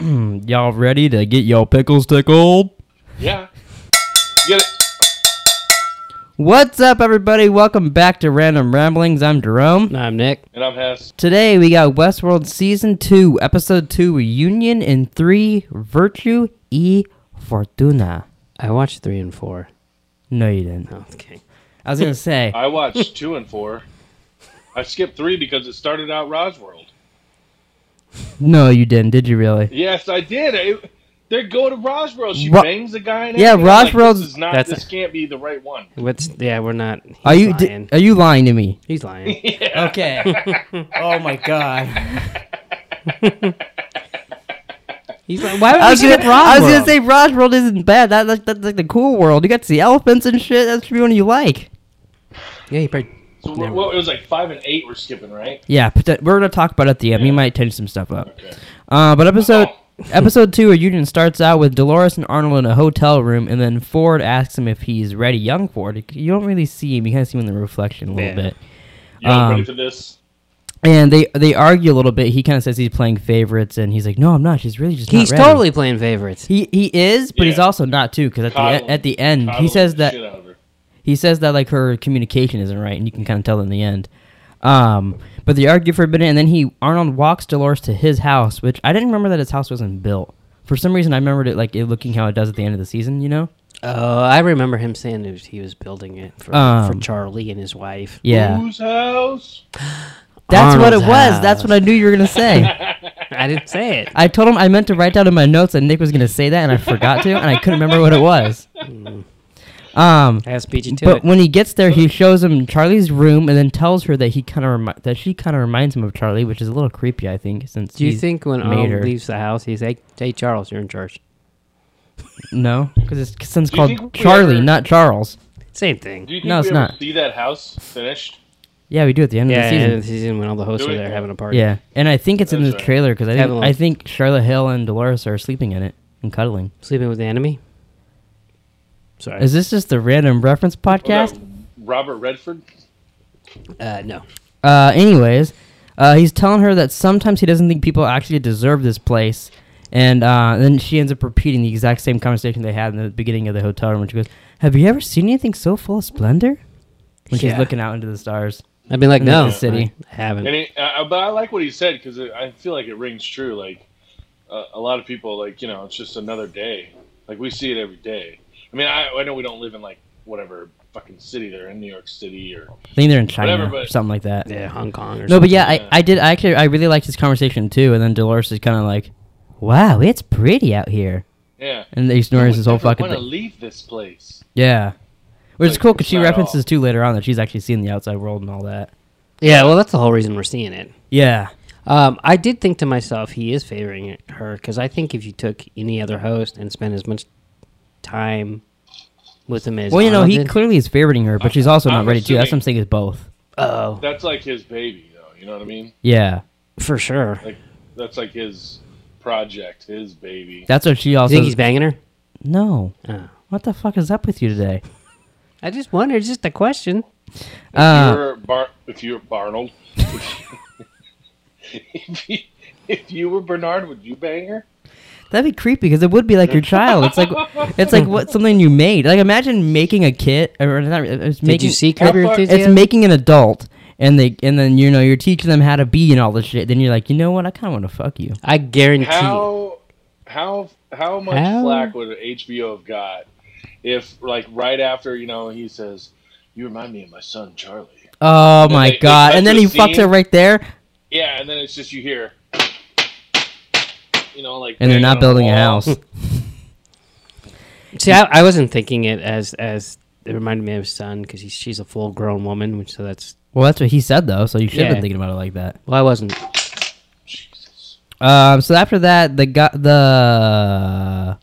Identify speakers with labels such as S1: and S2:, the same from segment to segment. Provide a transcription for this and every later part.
S1: Y'all ready to get your pickles tickled?
S2: Yeah. Get it.
S1: What's up, everybody? Welcome back to Random Ramblings. I'm Jerome.
S3: I'm Nick.
S2: And I'm Hess.
S1: Today we got Westworld Season 2, Episode 2, Reunion, and 3, Virtue e Fortuna.
S3: I watched three and four.
S1: No, you didn't.
S3: Oh, okay.
S1: I was going to say,
S2: I watched two and four. I skipped three because it started out Rosworld.
S1: no, you didn't. Did you really?
S2: Yes, I did. I- they're going to Rosworld. She
S1: Ro-
S2: bangs the guy. In
S1: Yeah,
S2: it. I'm like,
S1: Rosworld's-
S2: This, is not,
S3: That's-
S2: this can't be the right one.
S3: What's yeah? We're not. He's
S1: Are you,
S3: lying?
S1: di- are you lying to me?
S3: he's lying.
S2: Yeah.
S1: Okay. oh my god.
S3: He's like, why would
S1: I was,
S3: we
S1: gonna,
S3: get Rob?
S1: I was gonna say Raj World isn't bad. That, that, that's like the cool world. You got to see elephants and shit. That should be one you like.
S3: yeah, he probably.
S2: So
S3: Never.
S2: what, what- it was like five and eight we're skipping, right?
S1: Yeah, but that- we're gonna talk about it at the end. We
S2: Yeah.
S1: might change some stuff up.
S2: Okay. Oh.
S1: Uh, but episode episode two, reunion starts out with Dolores and Arnold in a hotel room, and then Ford asks him if he's ready. Young Ford, you don't really see him. You kind of see him in the reflection a little
S3: Yeah.
S1: bit.
S2: You all
S1: Um,
S2: ready for this?
S1: And they they argue a little bit. He kind of says he's playing favorites, and he's like, "No, I'm not. She's really just not
S3: He's
S1: ready."
S3: totally playing favorites.
S1: He he is, but he's
S2: Yeah.
S1: also not too. Because at the
S2: Coddling.
S1: e- at the end, he
S2: Coddling
S1: says
S2: the
S1: that
S2: shit out of her.
S1: he says that like her communication isn't right, and you can kind of tell in the end. Um, but they argue for a minute, and then he Arnold walks Dolores to his house, which I didn't remember that his house wasn't built. For some reason, I remembered it like it looking how it does at the end of the season. You know?
S3: Oh, I remember him saying it was, he was building it for, for
S1: Um,
S3: Charlie and his wife.
S1: Yeah,
S2: Whose house?
S1: that's what it
S3: Arnold's
S1: was. That's
S3: house.
S1: what I knew you were gonna say.
S3: I didn't say it.
S1: I told him I meant to write down in my notes that Nick was gonna say that, and I forgot to, and I couldn't remember what it was. Um,
S3: I asked PG to
S1: But
S3: it.
S1: when he gets there, he shows him Charlie's room and then tells her that he kind of remi- that she kind of reminds him of Charlie, which is a little creepy, I think. Since
S3: Do you
S1: he's-
S3: think when
S1: made
S3: Arnold
S1: her.
S3: leaves the house, he's like, "Hey, Charles, you're in charge."
S1: no, because his son's
S2: Do you think we
S1: called Charlie,
S2: ever-
S1: not Charles.
S3: Same thing.
S2: Do you think
S1: No,
S2: we
S1: it's
S2: ever
S1: not.
S2: see that house finished?
S1: Yeah, we do at the end
S3: Yeah,
S1: of the
S3: and
S1: season.
S3: the season when all the hosts
S2: Do
S3: were
S2: we?
S3: there having a party.
S1: Yeah, and I think it's in
S2: That's
S1: the
S2: right.
S1: trailer because I think
S3: Evelyn.
S1: I think Charlotte Hill and Dolores are sleeping in it and cuddling.
S3: sleeping with the enemy. Sorry.
S1: Is this just the random reference
S2: Was
S1: podcast?
S2: that Robert Redford.
S3: uh, no.
S1: Uh, anyways, uh, he's telling her that sometimes he doesn't think people actually deserve this place. And uh, then she ends up repeating the exact same conversation they had in the beginning of the hotel room when she goes, Have you ever seen anything so full of splendor? When she's
S3: Yeah.
S1: looking out into the stars.
S3: I've been like,
S1: And then
S3: no,
S1: the city.
S3: I haven't.
S2: And it, uh, but I like what he said because I feel like it rings true. Like uh, a lot of people, like you know, it's just another day. Like we see it every day. I mean, I, I know we don't live in like whatever fucking city they're in, New York City or
S1: I think they're in China
S2: Whatever,
S1: or
S2: but-
S1: something like that.
S3: yeah, Hong Kong or
S1: No, but yeah,
S2: Yeah.
S1: I, I did. I actually, I really liked his conversation too. And then Dolores is kind of like, Wow, it's pretty out here.
S2: yeah.
S1: And he ignores his whole fucking
S2: Want to
S1: thing.
S2: leave this place?
S1: Yeah. Which is
S2: Like,
S1: cool because
S2: it's
S1: she
S2: not all-
S1: references too later on that she's actually seen the outside world and all that.
S3: Yeah, well, that's the whole reason we're seeing it.
S1: Yeah.
S3: Um, I did think to myself, he is favoring it- her because I think if you took any other host and spent as much time with him as
S1: Well, you know,
S3: Arnold
S1: he
S3: did-
S1: clearly is favoriting her, but she's also
S2: I'm
S1: not ready to. That's what I'm
S2: assuming-
S1: saying is both.
S3: oh,
S2: That's like his baby, though. You know what I mean?
S1: Yeah.
S3: for sure.
S2: Like that's like his project, his baby.
S1: That's what she
S3: You
S1: also.
S3: think he's banging her?
S1: no.
S3: Oh.
S1: What the fuck is up with you today?
S3: I just wondered, it's just a question.
S2: if,
S1: Uh,
S2: you're Bar- if you're Barnold, if, you, if you were Bernard, would you bang her?
S1: that'd be creepy because it would be like your child. It's like it's like what something you made. Like imagine making a kid or not, it's
S3: Did
S1: making
S3: you see
S2: How
S3: Curb Your
S2: far-
S3: Enthusiasm?
S1: it's making an adult and they and then you know you're teaching them how to be and all this shit. Then you're like, you know what? I kind of want to fuck you.
S3: I guarantee.
S2: How how how much
S3: How?
S2: flack would HBO have got if like right after you know he says you remind me of my son Charlie?
S1: Oh my
S2: they- they
S1: god!
S2: cut
S1: And then
S2: to
S1: he
S2: a
S1: fucks her
S2: scene.
S1: right there.
S2: Yeah, and then it's just you hear, you know, like
S1: And they're
S2: bang
S1: not
S2: on the
S1: building a
S2: wall.
S1: house.
S3: See, I, I wasn't thinking it as as it reminded me of his son because she's a full grown woman, which so that's
S1: Well, that's what he said though. So you should have
S3: Yeah.
S1: been thinking about it like that.
S3: well, I wasn't.
S1: Uh,
S2: Jesus.
S1: Um, so after that, the guy, the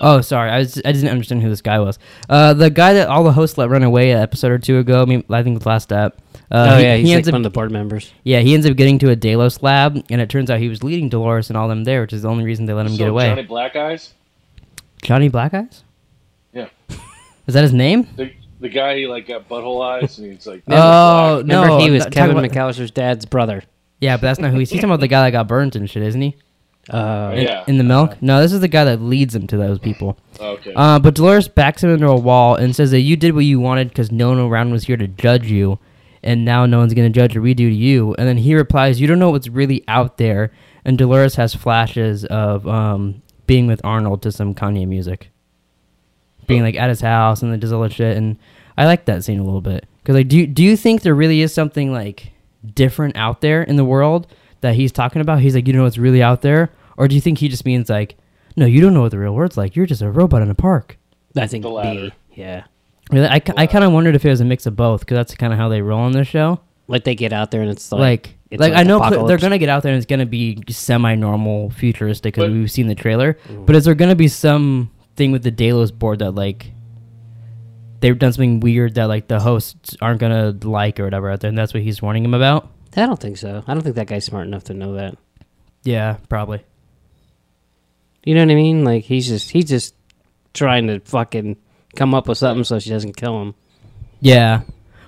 S1: oh, sorry, I was I didn't understand who this guy was. Uh, the guy that all the hosts let run away an episode or two ago. I mean, I think it was last up. Uh,
S3: oh
S1: he-
S3: yeah,
S1: he,
S3: he's like
S1: ends
S3: one
S1: up
S3: of the board members.
S1: yeah he ends up getting to a Delos lab, and it turns out he was leading Dolores and all them there, which is the only reason they let him
S2: So
S1: get away.
S2: Johnny
S1: Johnny,
S2: Black Eyes,
S1: Black Eyes.
S2: Yeah.
S1: Is that his name?
S2: the the guy he like got butthole eyes and he's like
S1: Oh,
S2: black.
S1: No,
S3: Remember, he
S1: I'm
S3: was
S1: not talking
S3: Kevin
S1: about-
S3: McAllister's dad's brother.
S1: Yeah, but that's not who he's. He's talking about the guy that got burnt and shit, isn't he?
S3: Uh,
S1: In-
S2: Yeah.
S1: In the milk? No, this is the guy that leads him to those people.
S2: Okay.
S1: Uh, but Dolores backs him into a wall and says that you did what you wanted because no one around was here to judge you, and now no one's going to judge or redo to you. And then he replies, "You don't know what's really out there." And Dolores has flashes of um, being with Arnold to some Kanye music, being like at his house and then does all that shit. And I like that scene a little bit because like, do you, do you think there really is something like different out there in the world that he's talking about? He's like, you don't know what's really out there, or do you think he just means like? No, you don't know what the real world's like. You're just a robot in a park.
S3: I think
S2: The
S3: B.
S2: latter.
S3: Yeah.
S1: Really, I, kind of wondered if it was a mix of both because that's kind of how they roll on this show.
S3: Like they get out there and it's like,
S1: Like,
S3: it's
S1: like, I know cl- they're
S3: apocalypse.
S1: gonna get out there and it's gonna be semi-normal, futuristic because
S2: But-
S1: we've seen the trailer. But is there gonna be some thing with the Dalos board that like they've done something weird that like the hosts aren't gonna like or whatever out there, and that's what he's warning him about?
S3: I don't think so. I don't think that guy's smart enough to know that.
S1: Yeah, probably.
S3: You know what I mean? Like he's just he's just trying to fucking come up with something so she doesn't kill him.
S1: Yeah.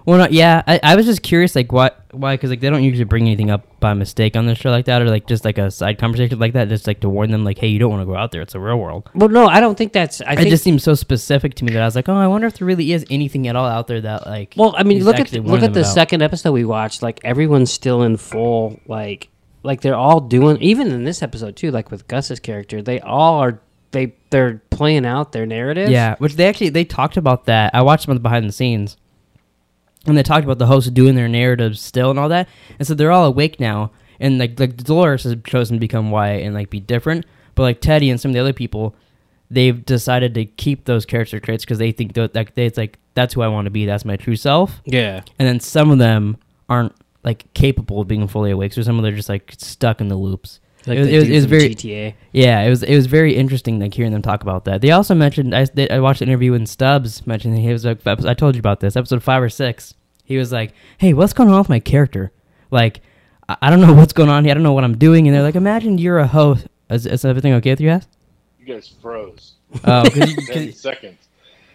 S1: Well, not, yeah. I, I was just curious, like, what, why? Because like they don't usually bring anything up by mistake on this show like that, or like just like a side conversation like that, just like to warn them, like, hey, you don't want to go out there; it's a real world.
S3: Well, no, I don't think that's. I
S1: it
S3: think
S1: just seems so specific to me that I was like, oh, I wonder if there really is anything at all out there that like.
S3: Well, I mean,
S1: he's
S3: look at
S1: actually
S3: the,
S1: warning
S3: look at
S1: them
S3: the
S1: about.
S3: second episode we watched. Like everyone's still in full like like they're all doing even in this episode too. Like with Gus's character, they all are they they're playing out their narrative.
S1: Yeah, which they actually they talked about that. I watched some of the behind the scenes, and they talked about the hosts doing their narratives still and all that. And so they're all awake now, and like like Dolores has chosen to become white and like be different, but like Teddy and some of the other people, they've decided to keep those character traits because they think that like they, it's like that's who I want to be, that's my true self.
S3: yeah.
S1: And then some of them aren't like capable of being fully awake, so some of them are just like stuck in the loops.
S3: Like
S1: it was,
S3: the
S1: it was,
S3: dude
S1: it was
S3: from
S1: very
S3: GTA.
S1: yeah, it was it was very interesting like hearing them talk about that. They also mentioned I, they, I watched an interview when Stubbs mentioned he was like I told you about this episode five or six. He was like, "Hey, what's going on with my character? Like, I, I don't know what's going on here. I don't know what I'm doing." And they're like, "Imagine you're a host. Is, is everything okay with you guys?"
S2: you guys froze.
S1: Oh, 'cause you- 'cause-
S2: Ten seconds.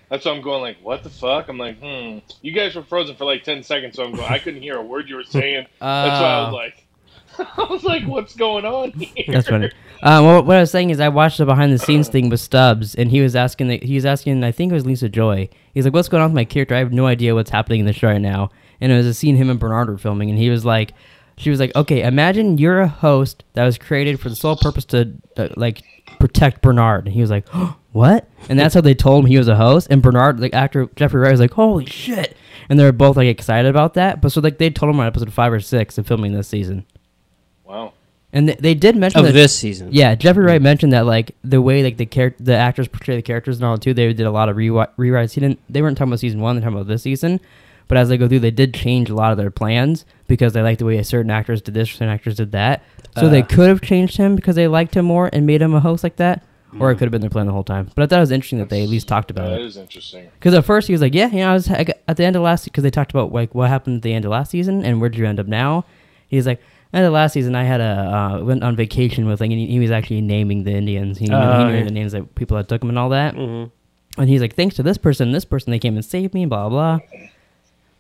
S2: That's why I'm going like, what the fuck? I'm like, hmm. You guys were frozen for like ten seconds, so I'm going. I couldn't hear a word you were saying. That's why I
S1: Oh.
S2: was like, I was like, what's going on here?
S1: That's funny. Um, well, what I was saying is, I watched the behind the scenes thing with Stubbs, and he was asking. The, he was asking. I think it was Lisa Joy. He's like, "What's going on with my character? I have no idea what's happening in the show right now." And it was a scene him and Bernard were filming, and he was like, "She was like, okay, imagine you're a host that was created for the sole purpose to uh, like protect Bernard." And he was like, "What?" And that's how they told him he was a host. And Bernard, like actor Jeffrey Wright, was like, "Holy shit!" And they were both like excited about that. But so like they told him on episode five or six of filming this season,
S2: Wow.
S1: and they, they did mention
S3: Of
S1: that,
S3: this season.
S1: yeah, Jeffrey Wright mentioned that like the way like the character, the actors portray the characters and all too. They did a lot of rewi- rewrites. He didn't. They weren't talking about season one. They're talking about this season. But as they go through, they did change a lot of their plans because they liked the way certain actors did this, certain actors did that. So they
S3: Uh.
S1: could have changed him because they liked him more and made him a host like that, or it could have been their plan the whole time. But I thought it was interesting that they at least talked about
S2: That
S1: it.
S2: is interesting.
S1: Because at first he was like, "Yeah, you know, I was I got- at the end of last because they talked about like what happened at the end of last season and where did you end up now." He's like, "At the last season, I had a uh, went on vacation with like and he, he was actually naming the Indians. He, knew
S3: Oh,
S1: he knew
S3: yeah.
S1: the names that people that took him and all that.
S3: Mhm.
S1: And he's like, thanks to this person, this person, they came and saved me, blah blah."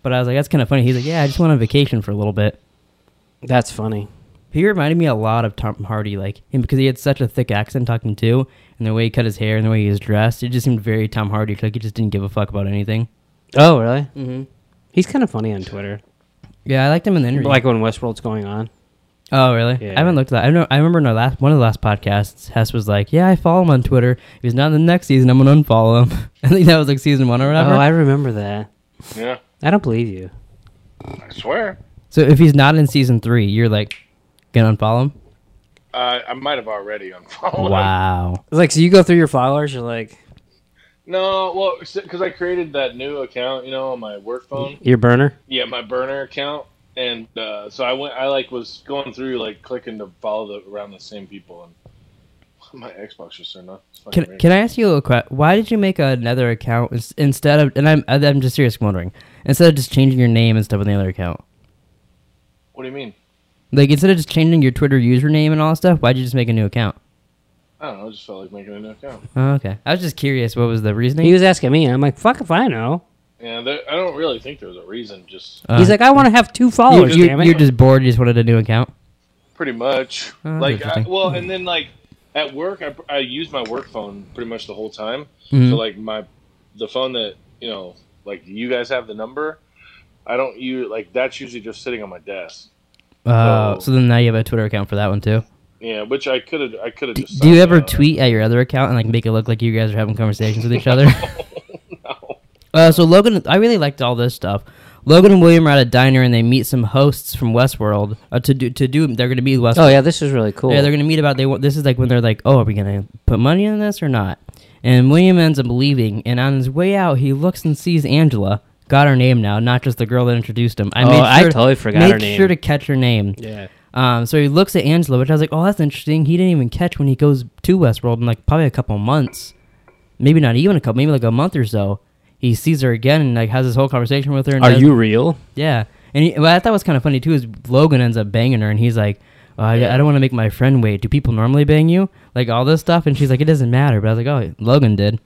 S1: But I was like, "That's kind of funny." He's like, "Yeah, I just went on vacation for a little bit."
S3: That's funny.
S1: He reminded me a lot of Tom Hardy, like him because he had such a thick accent talking too, and the way he cut his hair and the way he was dressed, it just seemed very Tom Hardy. Like he just didn't give a fuck about anything.
S3: Oh really? Mm-hmm. He's kind of funny on Twitter.
S1: Yeah, I liked him in the interview.
S3: Like when Westworld's going on.
S1: Oh really?
S3: Yeah.
S1: I haven't looked at that. I know. I remember in our last one of the last podcasts, Hess was like, "Yeah, I follow him on Twitter. If he's not in the next season, I'm gonna unfollow him." I think that was like season one or whatever.
S3: Oh, I remember that.
S2: Yeah,
S3: I don't believe you.
S2: I swear.
S1: so if he's not in season three, you're like gonna unfollow him.
S2: Uh, I might have already unfollowed. him.
S1: Wow.
S3: It's Oh, like so you go through your followers, you're like
S2: No, well, because I created that new account, you know, on my work phone.
S3: your burner.
S2: Yeah, my burner account, and uh, so I went. I like was going through like clicking to follow the, around the same people, and my Xbox just turned on. It's fucking
S1: Can
S2: weird.
S1: Can I ask you a little question? Why did you make another account ins- instead of? And I'm I'm just serious wondering. Instead of just changing your name and stuff on the other account,
S2: what do you mean?
S1: like instead of just changing your Twitter username and all that stuff, why'd you just make a new account?
S2: I don't know. I just felt like making a new account.
S1: Oh, okay. I was just curious. What was the reasoning?
S3: He was asking me. I'm like, fuck if I know.
S2: Yeah, there, I don't really think there was a reason. Just
S1: Uh,
S3: Uh-huh. He's like, I want to have two
S1: you,
S3: followers.
S1: Oh, you,
S3: damn it.
S1: you're just bored. You just wanted a new account.
S2: pretty much.
S1: Oh, that's
S2: like, I,
S1: interesting.
S2: well, and then like at work, I, I use my work phone pretty much the whole time.
S1: Mhm.
S2: So like my the phone that you know, like you guys have the number. I don't use like that's usually just sitting on my desk.
S1: Uh,
S2: Oh.
S1: so then now you have a Twitter account for that one too.
S2: Yeah, which I could have. I could have
S1: Do,
S2: just. uh,
S1: do you
S2: signed
S1: ever
S2: up.
S1: tweet at your other account and like make it look like you guys are having conversations with each other?
S2: No.
S1: Uh, so Logan, I really liked all this stuff. Logan and William are at a diner and they meet some hosts from Westworld uh, to do to do. They're going to be Westworld.
S3: Oh yeah, this is really cool.
S1: Yeah, they're gonna meet about they. want This is like when they're like, "Oh, are we gonna put money in this or not?" And William ends up leaving, and on his way out, he looks and sees Angela. Got her name now, not just the girl that introduced him. I
S3: Oh, I
S1: sure
S3: totally forgot
S1: made
S3: her name.
S1: sure to catch her name.
S3: yeah.
S1: Um, so he looks at Angela, which I was like, "Oh, that's interesting." He didn't even catch when he goes to Westworld in like probably a couple months, maybe not even a couple, maybe like a month or so. He sees her again and like has this whole conversation with her. And
S3: Are
S1: does-
S3: you real?
S1: yeah, and he, what I thought was kind of funny too is Logan ends up banging her, and he's like, uh, I- "I don't want to make my friend wait. Do people normally bang you? Like all this stuff?" And she's like, "It doesn't matter." But I was like, "Oh, Logan did."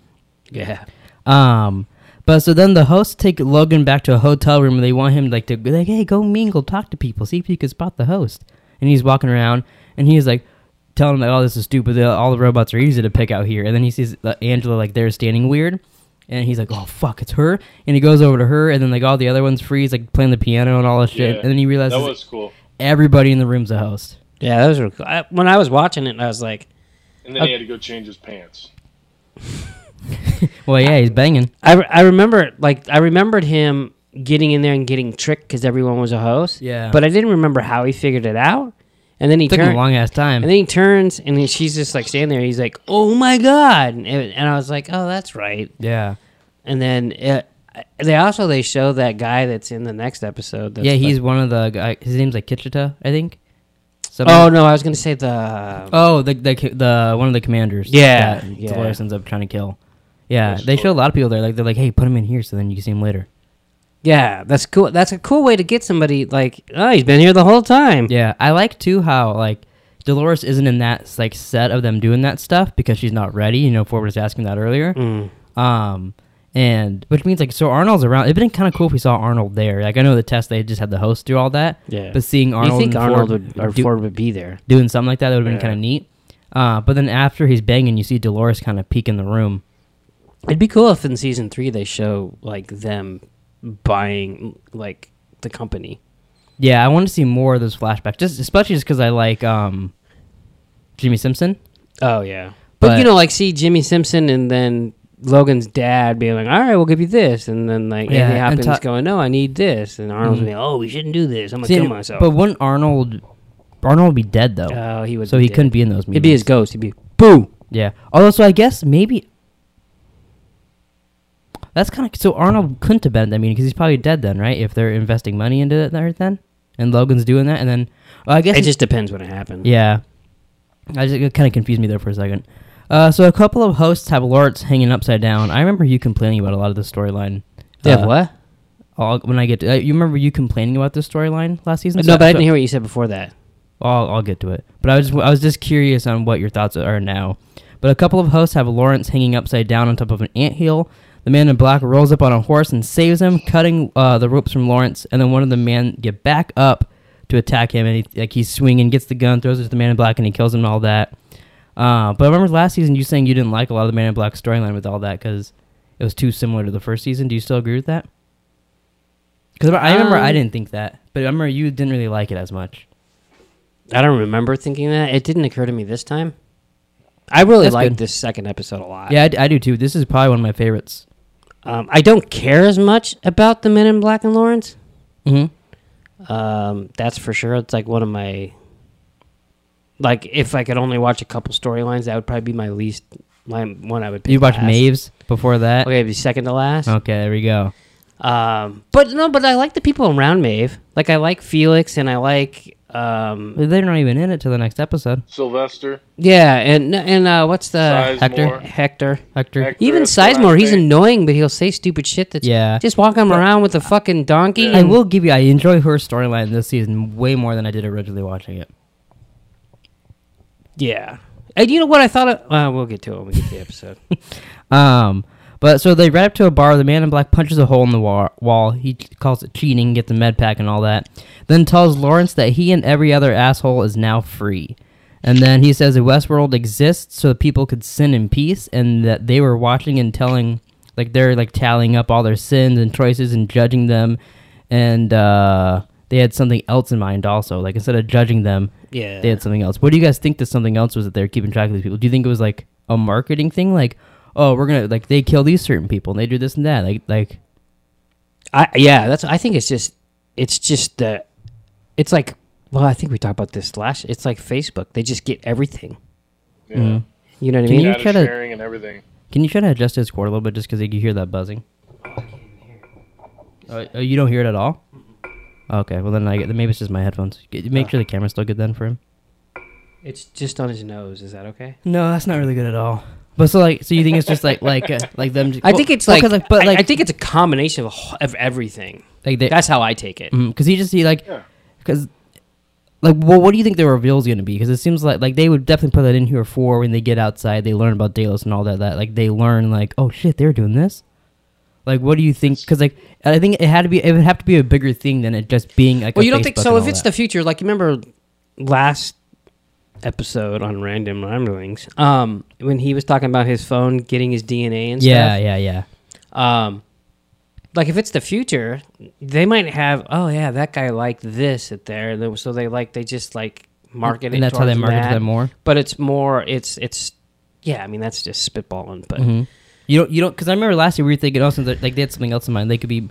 S3: Yeah.
S1: Um, but so then the hosts take Logan back to a hotel room, and they want him like to be like, "Hey, go mingle, talk to people, see if you can spot the host." And he's walking around, and he's like. Telling him like, oh, this is stupid. The- All the robots are easy to pick out here. And then he sees uh, Angela like there standing weird, and he's like, "Oh fuck, it's her!" And he goes over to her, and then like all the other ones freeze, like playing the piano and all this shit.
S2: Yeah.
S1: And then he realizes
S2: That was cool.
S1: everybody in the room's a host.
S3: Yeah, those were cool. I, when I was watching it, I was like,
S2: And then he had to go change his pants.
S1: Well, yeah, he's banging.
S3: I, re- I remember like I remembered him getting in there and getting tricked because everyone was a host.
S1: Yeah.
S3: But I didn't remember how he figured it out. And then he
S1: Took him a
S3: turned.
S1: long ass time.
S3: And then he turns and then she's just like standing there. He's like, "Oh my god!" And, and I was like, "Oh, that's right."
S1: yeah,
S3: And then it, they also they show that guy that's in the next episode. That's
S1: yeah, he's
S3: like-
S1: one of the guy. His name's like Kitchita, I think. Something-
S3: oh no, I was gonna say the.
S1: Oh, the, the the one of the commanders.
S3: Yeah,
S1: that
S3: yeah.
S1: Dolores ends up trying to kill. Yeah,
S2: That's
S1: they show a
S2: cool.
S1: lot of people there. Like they're like, hey, put him in here so then you can see him later.
S3: Yeah, that's cool. That's a cool way to get somebody like, oh, he's been here the whole time.
S1: Yeah, I like too how like Dolores isn't in that like set of them doing that stuff because she's not ready. You know, Ford was asking that earlier.
S3: Mm.
S1: Um, and which means like so Arnold's around. It'd been kind of cool if we saw Arnold there. Like I know the test they just had the host do all that.
S3: Yeah.
S1: But seeing Arnold,
S3: you think
S1: and
S3: Arnold
S1: Ford
S3: would, or
S1: do-
S3: Ford would be there?
S1: doing something like that, that would have been
S3: Yeah.
S1: kind of neat. Uh, but then after he's banging, you see Dolores kind of peek in the room.
S3: It'd be cool if in season three they show like them buying like the company.
S1: Yeah, I want to see more of those flashbacks, just especially just because I like um, Jimmy Simpson.
S3: Oh yeah, but,
S1: But-
S3: you know, like see Jimmy Simpson and then Logan's dad being like, "All right, we'll give you this," and then like
S1: Yeah,
S3: Anthony
S1: and
S3: Hopkins
S1: Ta-
S3: going, "No, I need this," and Arnold's
S1: Mhm.
S3: being, "Oh, we shouldn't do this. I'm gonna
S1: See,
S3: kill myself."
S1: But wouldn't Arnold? Arnold would be dead though,
S3: oh, he would.
S1: so
S3: be
S1: he
S3: dead.
S1: couldn't be in those meetings.
S3: It'd be his ghost. He'd be boo.
S1: yeah. Although, so I guess maybe that's kind of so Arnold couldn't have been. I mean, because he's probably dead then, right? If they're investing money into it there, then and Logan's doing that, and then well, I guess
S3: It
S1: he-
S3: just depends when it happens.
S1: Yeah. I just, it kind of confused me there for a second. Uh, so a couple of hosts have Lawrence hanging upside down. I remember you complaining about a lot of the storyline.
S3: They have
S1: Uh,
S3: what?
S1: I'll, when I get to, uh, you remember you complaining about this storyline last season?
S3: No, but I didn't hear what you said before that.
S1: I'll, I'll get to it. But I was I was just curious on what your thoughts are now. But a couple of hosts have Lawrence hanging upside down on top of an anthill. The man in black rolls up on a horse and saves him, cutting uh, the ropes from Lawrence. And then one of the men get back up to attack him, and he, like he's swinging, gets the gun, throws it to the man in black, and he kills him and all that. Uh, but I remember last season you saying you didn't like a lot of the man in black storyline with all that because it was too similar to the first season. Do you still agree with that? Because I remember I
S3: Um,
S1: didn't think that, but I remember you didn't really like it as much.
S3: I don't remember thinking that. It didn't occur to me this time. I really
S1: That's
S3: liked
S1: good.
S3: this second episode a lot.
S1: Yeah, I, d- I do too. This is probably one of my favorites.
S3: Um, I don't care as much about the Men in Black and Lawrence.
S1: Mm-hmm.
S3: Um, that's for sure. It's like one of my like if I could only watch a couple storylines, that would probably be my least my one I would. Pick
S1: You Oh. watched
S3: last.
S1: Maves before that. Okay.
S3: Okay, it'd be second to last.
S1: there we go.
S3: Um, but no, but I like the people around Maeve. Like I like Felix, and I like um,
S1: They're not even in it till the next episode.
S2: Sylvester,
S3: yeah, and and uh, what's the
S1: Hector?
S2: Sizemore,
S3: Hector?
S1: Hector.
S2: Hector,
S3: Even
S2: that's the last
S3: Sizemore, he's
S2: name.
S3: annoying, but he'll say stupid shit. That's
S1: Yeah.
S3: Just walk him around with a fucking donkey.
S1: I
S3: and-
S1: will give you. I enjoy her storyline this season way more than I did originally watching it.
S3: Yeah. And you know what I thought? Of, uh, we'll get to it when we get to the episode.
S1: Um, But so they ride up to a bar. The man in black punches a hole in the wa- wall. He ch- calls it cheating, gets a med pack and all that. Then tells Lawrence that he and every other asshole is now free. And then he says the Westworld exists so that people could sin in peace, and that they were watching and telling, like they're like tallying up all their sins and choices and judging them, and uh, they had something else in mind also. Like instead of judging them,
S3: Yeah.
S1: they had something else. What do you guys think that something else was that they were keeping track of these people? Do you think it was like a marketing thing? Like, oh, we're gonna like they kill these certain people and they do this and that. Like, like
S3: I yeah, that's I think it's just it's just the it's like well, I think we talked about this last it's like Facebook. They just get everything.
S2: Yeah.
S3: You know what I
S1: Can
S3: mean?
S1: Hmm. you
S2: Data
S1: try to-
S2: sharing and everything.
S1: can you try to adjust his cord a little bit just because you hear that buzzing? Uh, oh, you don't hear it at all. Okay, well then I get then maybe it's just my headphones. Get- Make sure the camera's still good then for him.
S3: It's just on his nose. Is that okay?
S1: No, that's not really good at all. But so like, so you think it's just like like uh, like them? Just,
S3: I think it's
S1: well,
S3: like,
S1: 'cause,
S3: but
S1: but like
S3: I, think it's a combination of, a wh- of everything.
S1: like they,
S3: That's how I take it.
S1: because he just he like
S2: Yeah.
S1: because like well what do you think the reveal is going to be because it seems like like they would definitely put that in here for when they get outside they learn about Dalos and all that that like they learn like oh shit they're doing this like what do you think because like I think it had to be it would have to be a bigger thing than it just being like
S3: Well,
S1: a
S3: you don't think
S1: Facebook
S3: so?
S1: and
S3: If
S1: all
S3: it's
S1: that.
S3: the future, like you remember last episode on Random Ramblings, um, when he was talking about his phone getting his DNA and
S1: yeah
S3: stuff.
S1: yeah yeah
S3: Um, like if it's the future, they might have. Oh yeah, that guy liked this at there, and then- so they like they just like market it.
S1: and that's how they
S3: towards
S1: market
S3: that.
S1: to them more
S3: But it's more. It's it's. Yeah, I mean that's just spitballing, but
S1: Mhm. You don't, you don't, because I remember last year we were thinking, oh, since they- like they had something else in mind. They could be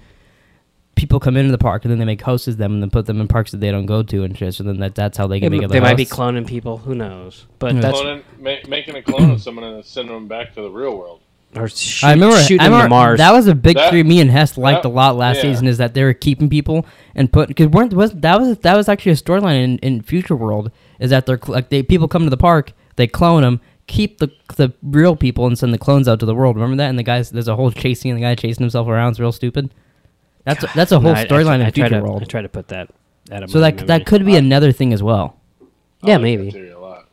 S1: people come into the park and then they make hosts of them and then put them in parks that they don't go to and shit. So then that, that's how they
S3: they,
S1: can make other
S3: might be
S1: hosts.
S3: cloning people. Who knows? But
S1: Yeah.
S3: that's
S2: Cloning, ma- making a clone of someone and sending them back to the real world.
S3: or shoot,
S1: I remember,
S3: shooting
S1: I remember
S3: to Mars.
S1: that was a big
S2: That-
S1: three. Me and Hess liked
S2: that-
S1: a lot last
S2: yeah.
S1: season is that they were keeping people and put because weren't was that was that was actually a storyline in, in Future World is that they're cl- like they people come to the park they clone them keep the the real people and send the clones out to the world. Remember that? And the guys there's a whole chasing and the guy chasing himself around. It's real stupid. That's a, that's a
S3: No,
S1: whole
S3: I- I-
S1: storyline
S3: I
S1: in
S3: try
S1: Future
S3: to-
S1: World.
S3: I try to put that. Out of
S1: So
S3: my
S1: that
S3: memory.
S1: that could
S2: Uh,
S1: be another thing as well.
S2: I
S3: Yeah,
S2: like that
S3: maybe.
S2: theory a lot.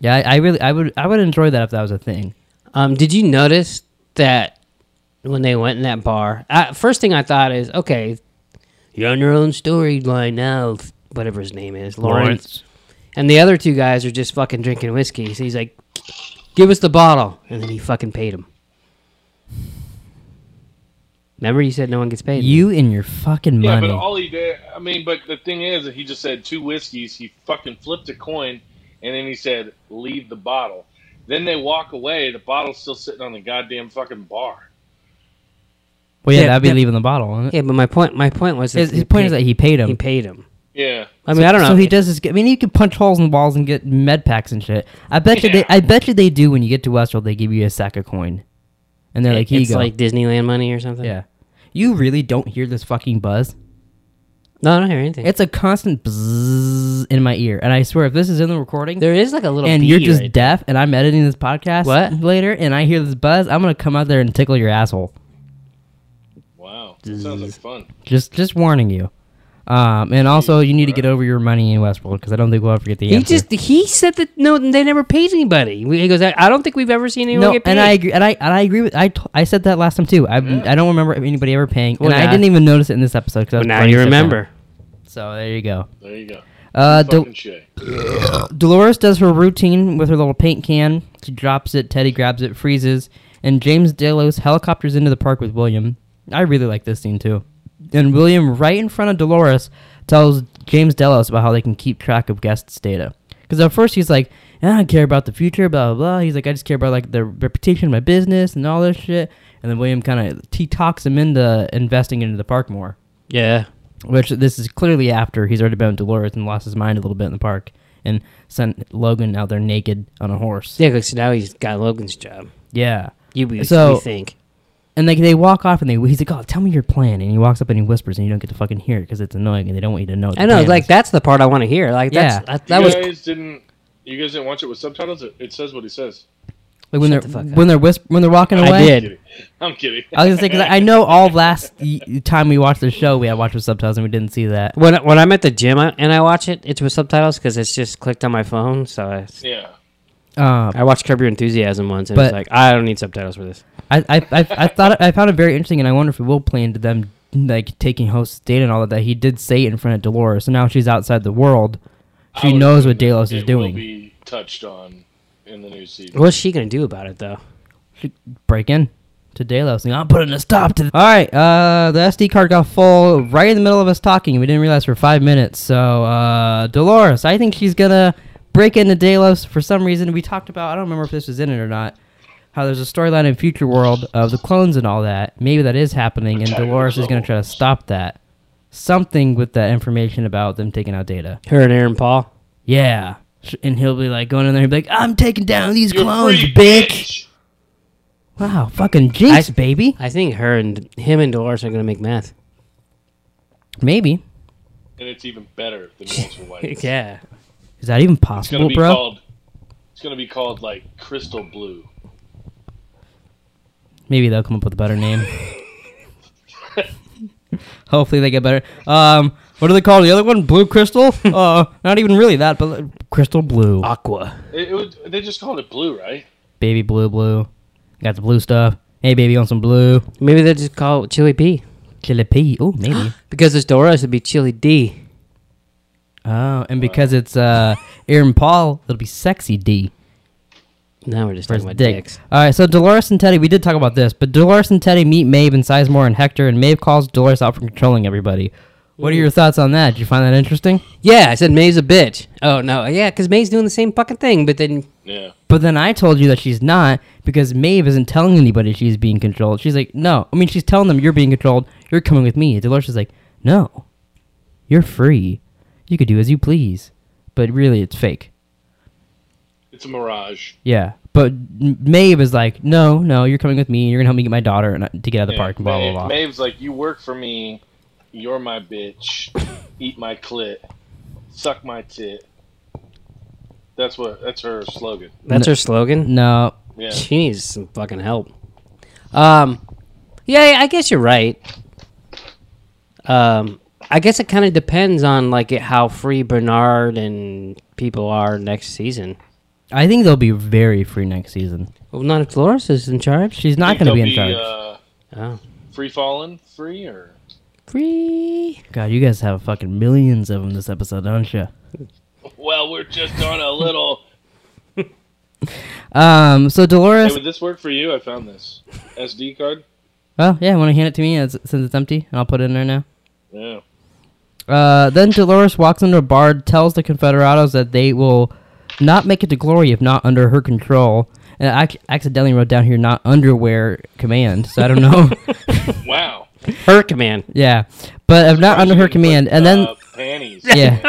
S1: Yeah, I, I really, I would, I would enjoy that if that was a thing.
S3: Um, did you notice that when they went in that bar? Uh, first thing I thought is, okay, you're on your own storyline now. f- Whatever his name is, Lawrence. And the other two guys are just fucking drinking whiskey. So he's like, "Give us the bottle," and then he fucking paid him. Remember, you said no one gets paid.
S1: you and your fucking
S2: Yeah,
S1: money.
S2: but all he did, I mean, but the thing is, that he just said two whiskeys. He fucking flipped a coin, and then he said, "Leave the bottle." Then they walk away. The bottle's still sitting on the goddamn fucking bar.
S1: well, yeah,
S3: Yeah,
S1: that'd be
S3: yeah.
S1: leaving the bottle. Wouldn't it?
S3: Yeah, but my point, my point was that
S1: his,
S3: he
S1: his point is
S3: paid-
S1: that he paid him.
S3: he paid him.
S2: Yeah,
S3: I mean, I don't know.
S1: So he does this. I mean, you can punch holes in walls and get med packs and shit. I bet you, they,
S2: Yeah.
S1: I bet you they do. When you get to Westworld, they give you a sack of coin, and they're like, "Here you
S3: it's
S1: go."
S3: like Disneyland money or something.
S1: yeah, you really don't hear this fucking buzz.
S3: No, I don't hear anything.
S1: It's a constant bzzz in my ear, and I swear, if this is in the recording,
S3: there is like a little.
S1: and you're
S3: bee
S1: just
S3: right
S1: deaf and I'm editing this podcast
S3: What?
S1: later and I hear this buzz, I'm gonna come out there and tickle your asshole.
S2: wow, sounds like fun.
S1: Just just warning you. Um, and also you need to get over your money in Westworld because I don't think we'll ever get the
S3: He
S1: answer.
S3: just he said that no, they never paid anybody. We- He goes, I, I don't think we've ever seen anyone
S1: no,
S3: get paid.
S1: and I agree, and I and I agree with I, t- I said that last time too. I I don't remember anybody ever paying,
S3: Well,
S1: and I
S3: now-
S1: didn't even notice it in this episode. 'cause I
S3: But
S1: was
S3: Oh, now
S1: playing
S3: you
S1: shit down.
S3: remember.
S1: So there you go.
S2: There you go.
S1: Uh, Del-
S2: fucking shit.
S1: Dolores does her routine with her little paint can. She drops it. Teddy grabs it, freezes, and James Delos helicopters into the park with William. I really like this scene too. And William, right in front of Dolores, tells James Delos about how they can keep track of guests' data. Because at first he's like, I don't care about the future, blah blah blah. He's like, I just care about like the reputation of my business and all this shit. And then William kind of he talks him into investing into the park more
S3: Yeah.
S1: which this is clearly after he's already been with Dolores and lost his mind a little bit in the park and sent Logan out there naked on a horse.
S3: Yeah, because now he's got Logan's job.
S1: Yeah.
S3: You we,
S1: So-
S3: we think.
S1: And like they walk off and they he's like, "Oh, tell me your plan." And he walks up and he whispers and you don't get to fucking hear it because it's annoying and they don't want you to know. what
S3: I
S1: the
S3: know,
S1: plan
S3: like
S1: is.
S3: that's the part I want to hear. Like that's
S1: Yeah.
S2: That
S3: that, that
S2: you
S3: was
S2: guys didn't. You guys didn't watch it with subtitles. It, it says what he says.
S1: like when they're
S3: shut the fuck up.
S1: when they're whisp- when they're walking away.
S3: I
S2: I'm
S3: did.
S2: kidding. I'm kidding.
S1: I was gonna say because I, I know all last y- time we watched the show we had watched with subtitles and we didn't see that.
S3: When when I'm at the gym I, and I watch it, it's with subtitles because it's just clicked on my phone. So I,
S2: yeah.
S1: Uh, Um,
S3: I watched Curb Your Enthusiasm once, and
S1: But-
S3: it's like I don't need subtitles for this.
S1: I, I, I, I thought I found it very interesting, and I wonder if it will play into them like taking host's data and all of that. He did say it in front of Dolores, so now she's outside the world.
S2: I
S1: She
S2: would
S1: knows what
S2: assume that
S1: Delos is
S2: it Will
S1: doing.
S2: be touched on in the new season.
S3: What's she gonna do about it though?
S1: Break in to Delos. and I'm putting a stop to. Th- all right, uh, the SD card got full right in the middle of us talking. We didn't realize for five minutes. So uh, Dolores, I think she's gonna break into Delos for some reason. We talked about. I don't remember if this was in it or not. How there's a storyline in Future World of the clones and all that. Maybe that is happening, and
S2: Attack of the
S1: Dolores is gonna
S2: Clones.
S1: try to stop that. Something with that information about them taking out data.
S3: Her and Aaron Paul.
S1: Yeah. Sh- And he'll be like going in there and be like, I'm taking down these
S2: You're
S1: clones,
S2: free,
S1: bitch. Wow, fucking jinx,
S3: I-
S1: baby.
S3: I think her and him and Dolores are gonna make meth.
S1: Maybe.
S2: And it's even better than Walter White. It's
S3: yeah.
S1: Is that even
S2: gonna
S1: possible,
S2: be
S1: bro?
S2: called. It's gonna be called like Crystal Blue.
S1: Maybe they'll come up with a better name. Hopefully they get better. Um, what do they call the other one? Blue crystal? uh, not even really that, but uh, crystal blue,
S3: Aqua.
S2: It, it would, they just called it Blue, right?
S1: baby blue, blue. Got the blue stuff. Hey, baby, on some blue
S3: Maybe they just call it Chili P.
S1: chili pea. Oh, maybe.
S3: Because it's Dolores, it'd be Chili D.
S1: oh, and because it's uh, Aaron Paul, it'll be sexy D.
S3: Now we're just
S1: Where's
S3: talking about
S1: Dick?
S3: dicks.
S1: All right, so Dolores and Teddy, we did talk about this, but Dolores and Teddy meet Maeve and Sizemore and Hector, and Maeve calls Dolores out for controlling everybody. What are your thoughts on that? Did you find that interesting?
S3: Yeah, I said May's a bitch. Oh no, yeah, because May's doing the same fucking thing, but then
S2: Yeah.
S1: But then I told you that she's not because Maeve isn't telling anybody she's being controlled. She's like, no. I mean, she's telling them you're being controlled. You're coming with me. And Dolores is like, no. You're free. You could do as you please. But really, it's fake.
S2: It's a mirage.
S1: Yeah. But M- Maeve is like, no, no. You're coming with me. You're gonna help me get my daughter and I- to get out of the
S2: Yeah,
S1: park and blah blah
S2: Maeve-
S1: blah.
S2: Maeve's like, you work for me. You're my bitch. Eat my clit. Suck my tit. That's what. That's her slogan.
S3: that's
S1: No.
S3: her slogan.
S1: No,
S2: Yeah.
S3: She needs some fucking help. Um, yeah, I guess you're right. Um, I guess it kind of depends on like it- how free Bernard and people are next season.
S1: I think they'll be very free next season.
S3: Well, not if Dolores is in charge.
S1: She's not
S2: Think
S1: going to
S2: they'll
S1: be in charge.
S2: Uh,
S3: Oh,
S2: free falling, free or
S3: free.
S1: God, you guys have fucking millions of them this episode, don't you?
S2: well, we're just on a little.
S1: Um, so
S2: hey,
S1: Dolores.
S2: would this work for you? I found this SD card.
S1: Oh yeah, want to hand it to me as- since it's empty, and I'll put it in there now.
S2: Yeah.
S1: Uh, then Dolores walks into a bar, tells the Confederados that they will not make it to glory if not under her control. And I ac- accidentally wrote down here not underwear command, so I don't know.
S2: Wow.
S3: Her command.
S1: yeah, but if not under her command, and then
S2: Uh, panties.
S1: Yeah.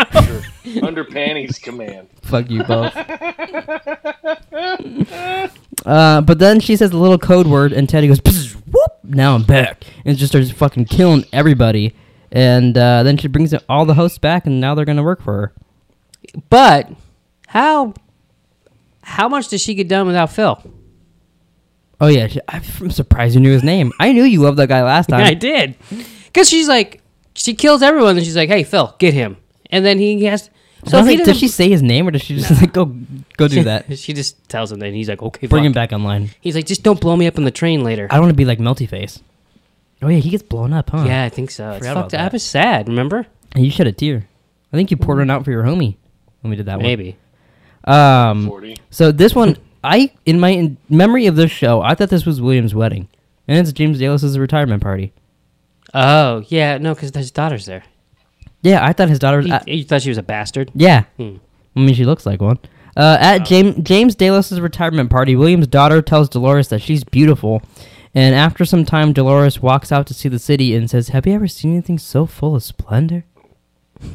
S2: under, under panties command.
S1: Fuck you both. uh, but then she says a little code word, and Teddy goes, "Psst, whoop, now I'm back. And just starts fucking killing everybody. And uh, then she brings all the hosts back, and now they're going to work for her.
S3: But how how much does she get done without Phil?
S1: Oh, yeah. She, I'm surprised you knew his name. I knew you loved that guy last time.
S3: I did. Because she's like, she kills everyone, and she's like, "Hey, Phil, get him." And then he has.
S1: So
S3: So if he
S1: does
S3: doesn't,
S1: she say his name, or does she just like, go go do that?
S3: she just tells him, and he's like, "Okay,
S1: Bring
S3: fuck."
S1: him back online.
S3: He's like, "Just don't blow me up on the train later."
S1: I don't want to be like Melty Face. Oh, yeah. He gets blown up, huh?
S3: yeah, I think so. It's
S1: Forgot about
S3: fucked up.
S1: that.
S3: I was sad. Remember?
S1: And you shed a tear. I think you poured one out for your homie when we did that
S3: Mm-hmm. Maybe.
S1: one. Um,
S2: Forty.
S1: So this one, I in my in memory of this show, I thought this was William's wedding, and it's James Dallas's retirement party.
S3: Oh yeah, no, because his daughter's there.
S1: Yeah, I thought his daughter. Was,
S3: You,
S1: at-
S3: you thought she was a bastard.
S1: yeah,
S3: Hmm.
S1: I mean she looks like one. Uh, at James James Dallas's retirement party, William's daughter tells Dolores that she's beautiful, and after some time, Dolores walks out to see the city and says, "Have you ever seen anything so full of splendor?"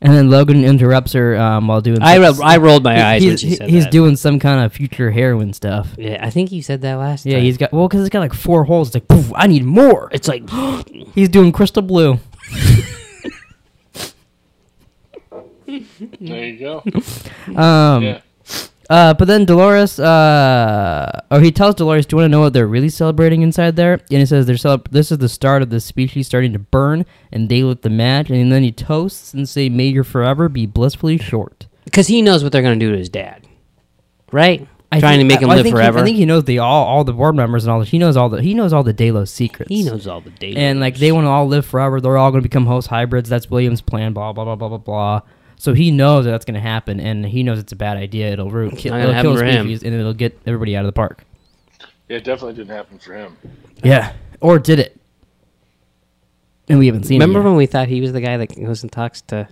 S1: And then Logan interrupts her um, while doing.
S3: I,
S1: some-
S3: ro- I rolled my
S1: he-
S3: eyes
S1: he's,
S3: when she said
S1: he's
S3: that.
S1: doing some kind of future heroin stuff.
S3: yeah, I think you said that last.
S1: Yeah,
S3: time.
S1: he's got well because it's got like four holes. It's like poof, I need more.
S3: It's like
S1: He's doing crystal blue.
S2: There you go.
S1: Um,
S2: Yeah.
S1: uh, but then Dolores, uh, or he tells Dolores, "Do you want to know what they're really celebrating inside there?" And he says, "They're celeb- This is the start of the species starting to burn, and they lit the match." And then he toasts and say, "May your forever be blissfully short."
S3: because he knows what they're gonna do to his dad, right?
S1: I
S3: trying
S1: think-
S3: to make him
S1: I- I
S3: live
S1: think he-
S3: forever.
S1: I think he knows the all all the board members and all. The, he knows all the he knows all the Delos secrets.
S3: he knows all the data.
S1: and like they want to all live forever. They're all going to become host hybrids. That's William's plan. Blah blah blah blah blah blah. So he knows that that's going to happen, and he knows it's a bad idea. It'll ru- kill,
S3: not gonna
S1: it'll
S3: happen
S1: kill
S3: for him.
S1: species, and it'll get everybody out of the park.
S2: Yeah, it definitely didn't happen for him.
S1: Yeah, or did it? And we haven't seen.
S3: Remember
S1: it
S3: when we thought he was the guy that goes and talks to?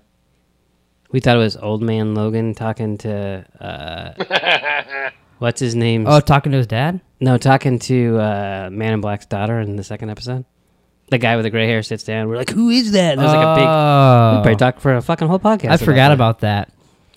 S3: We thought it was old man Logan talking to uh, what's his name?
S1: yet. Oh, talking to his dad.
S3: No, talking to uh, Man in Black's daughter in the second episode. The guy with the gray hair sits down. We're like, who is that? And there's like a big. We
S1: Oh.
S3: probably talked for a fucking whole podcast.
S1: I forgot
S3: that.
S1: about that.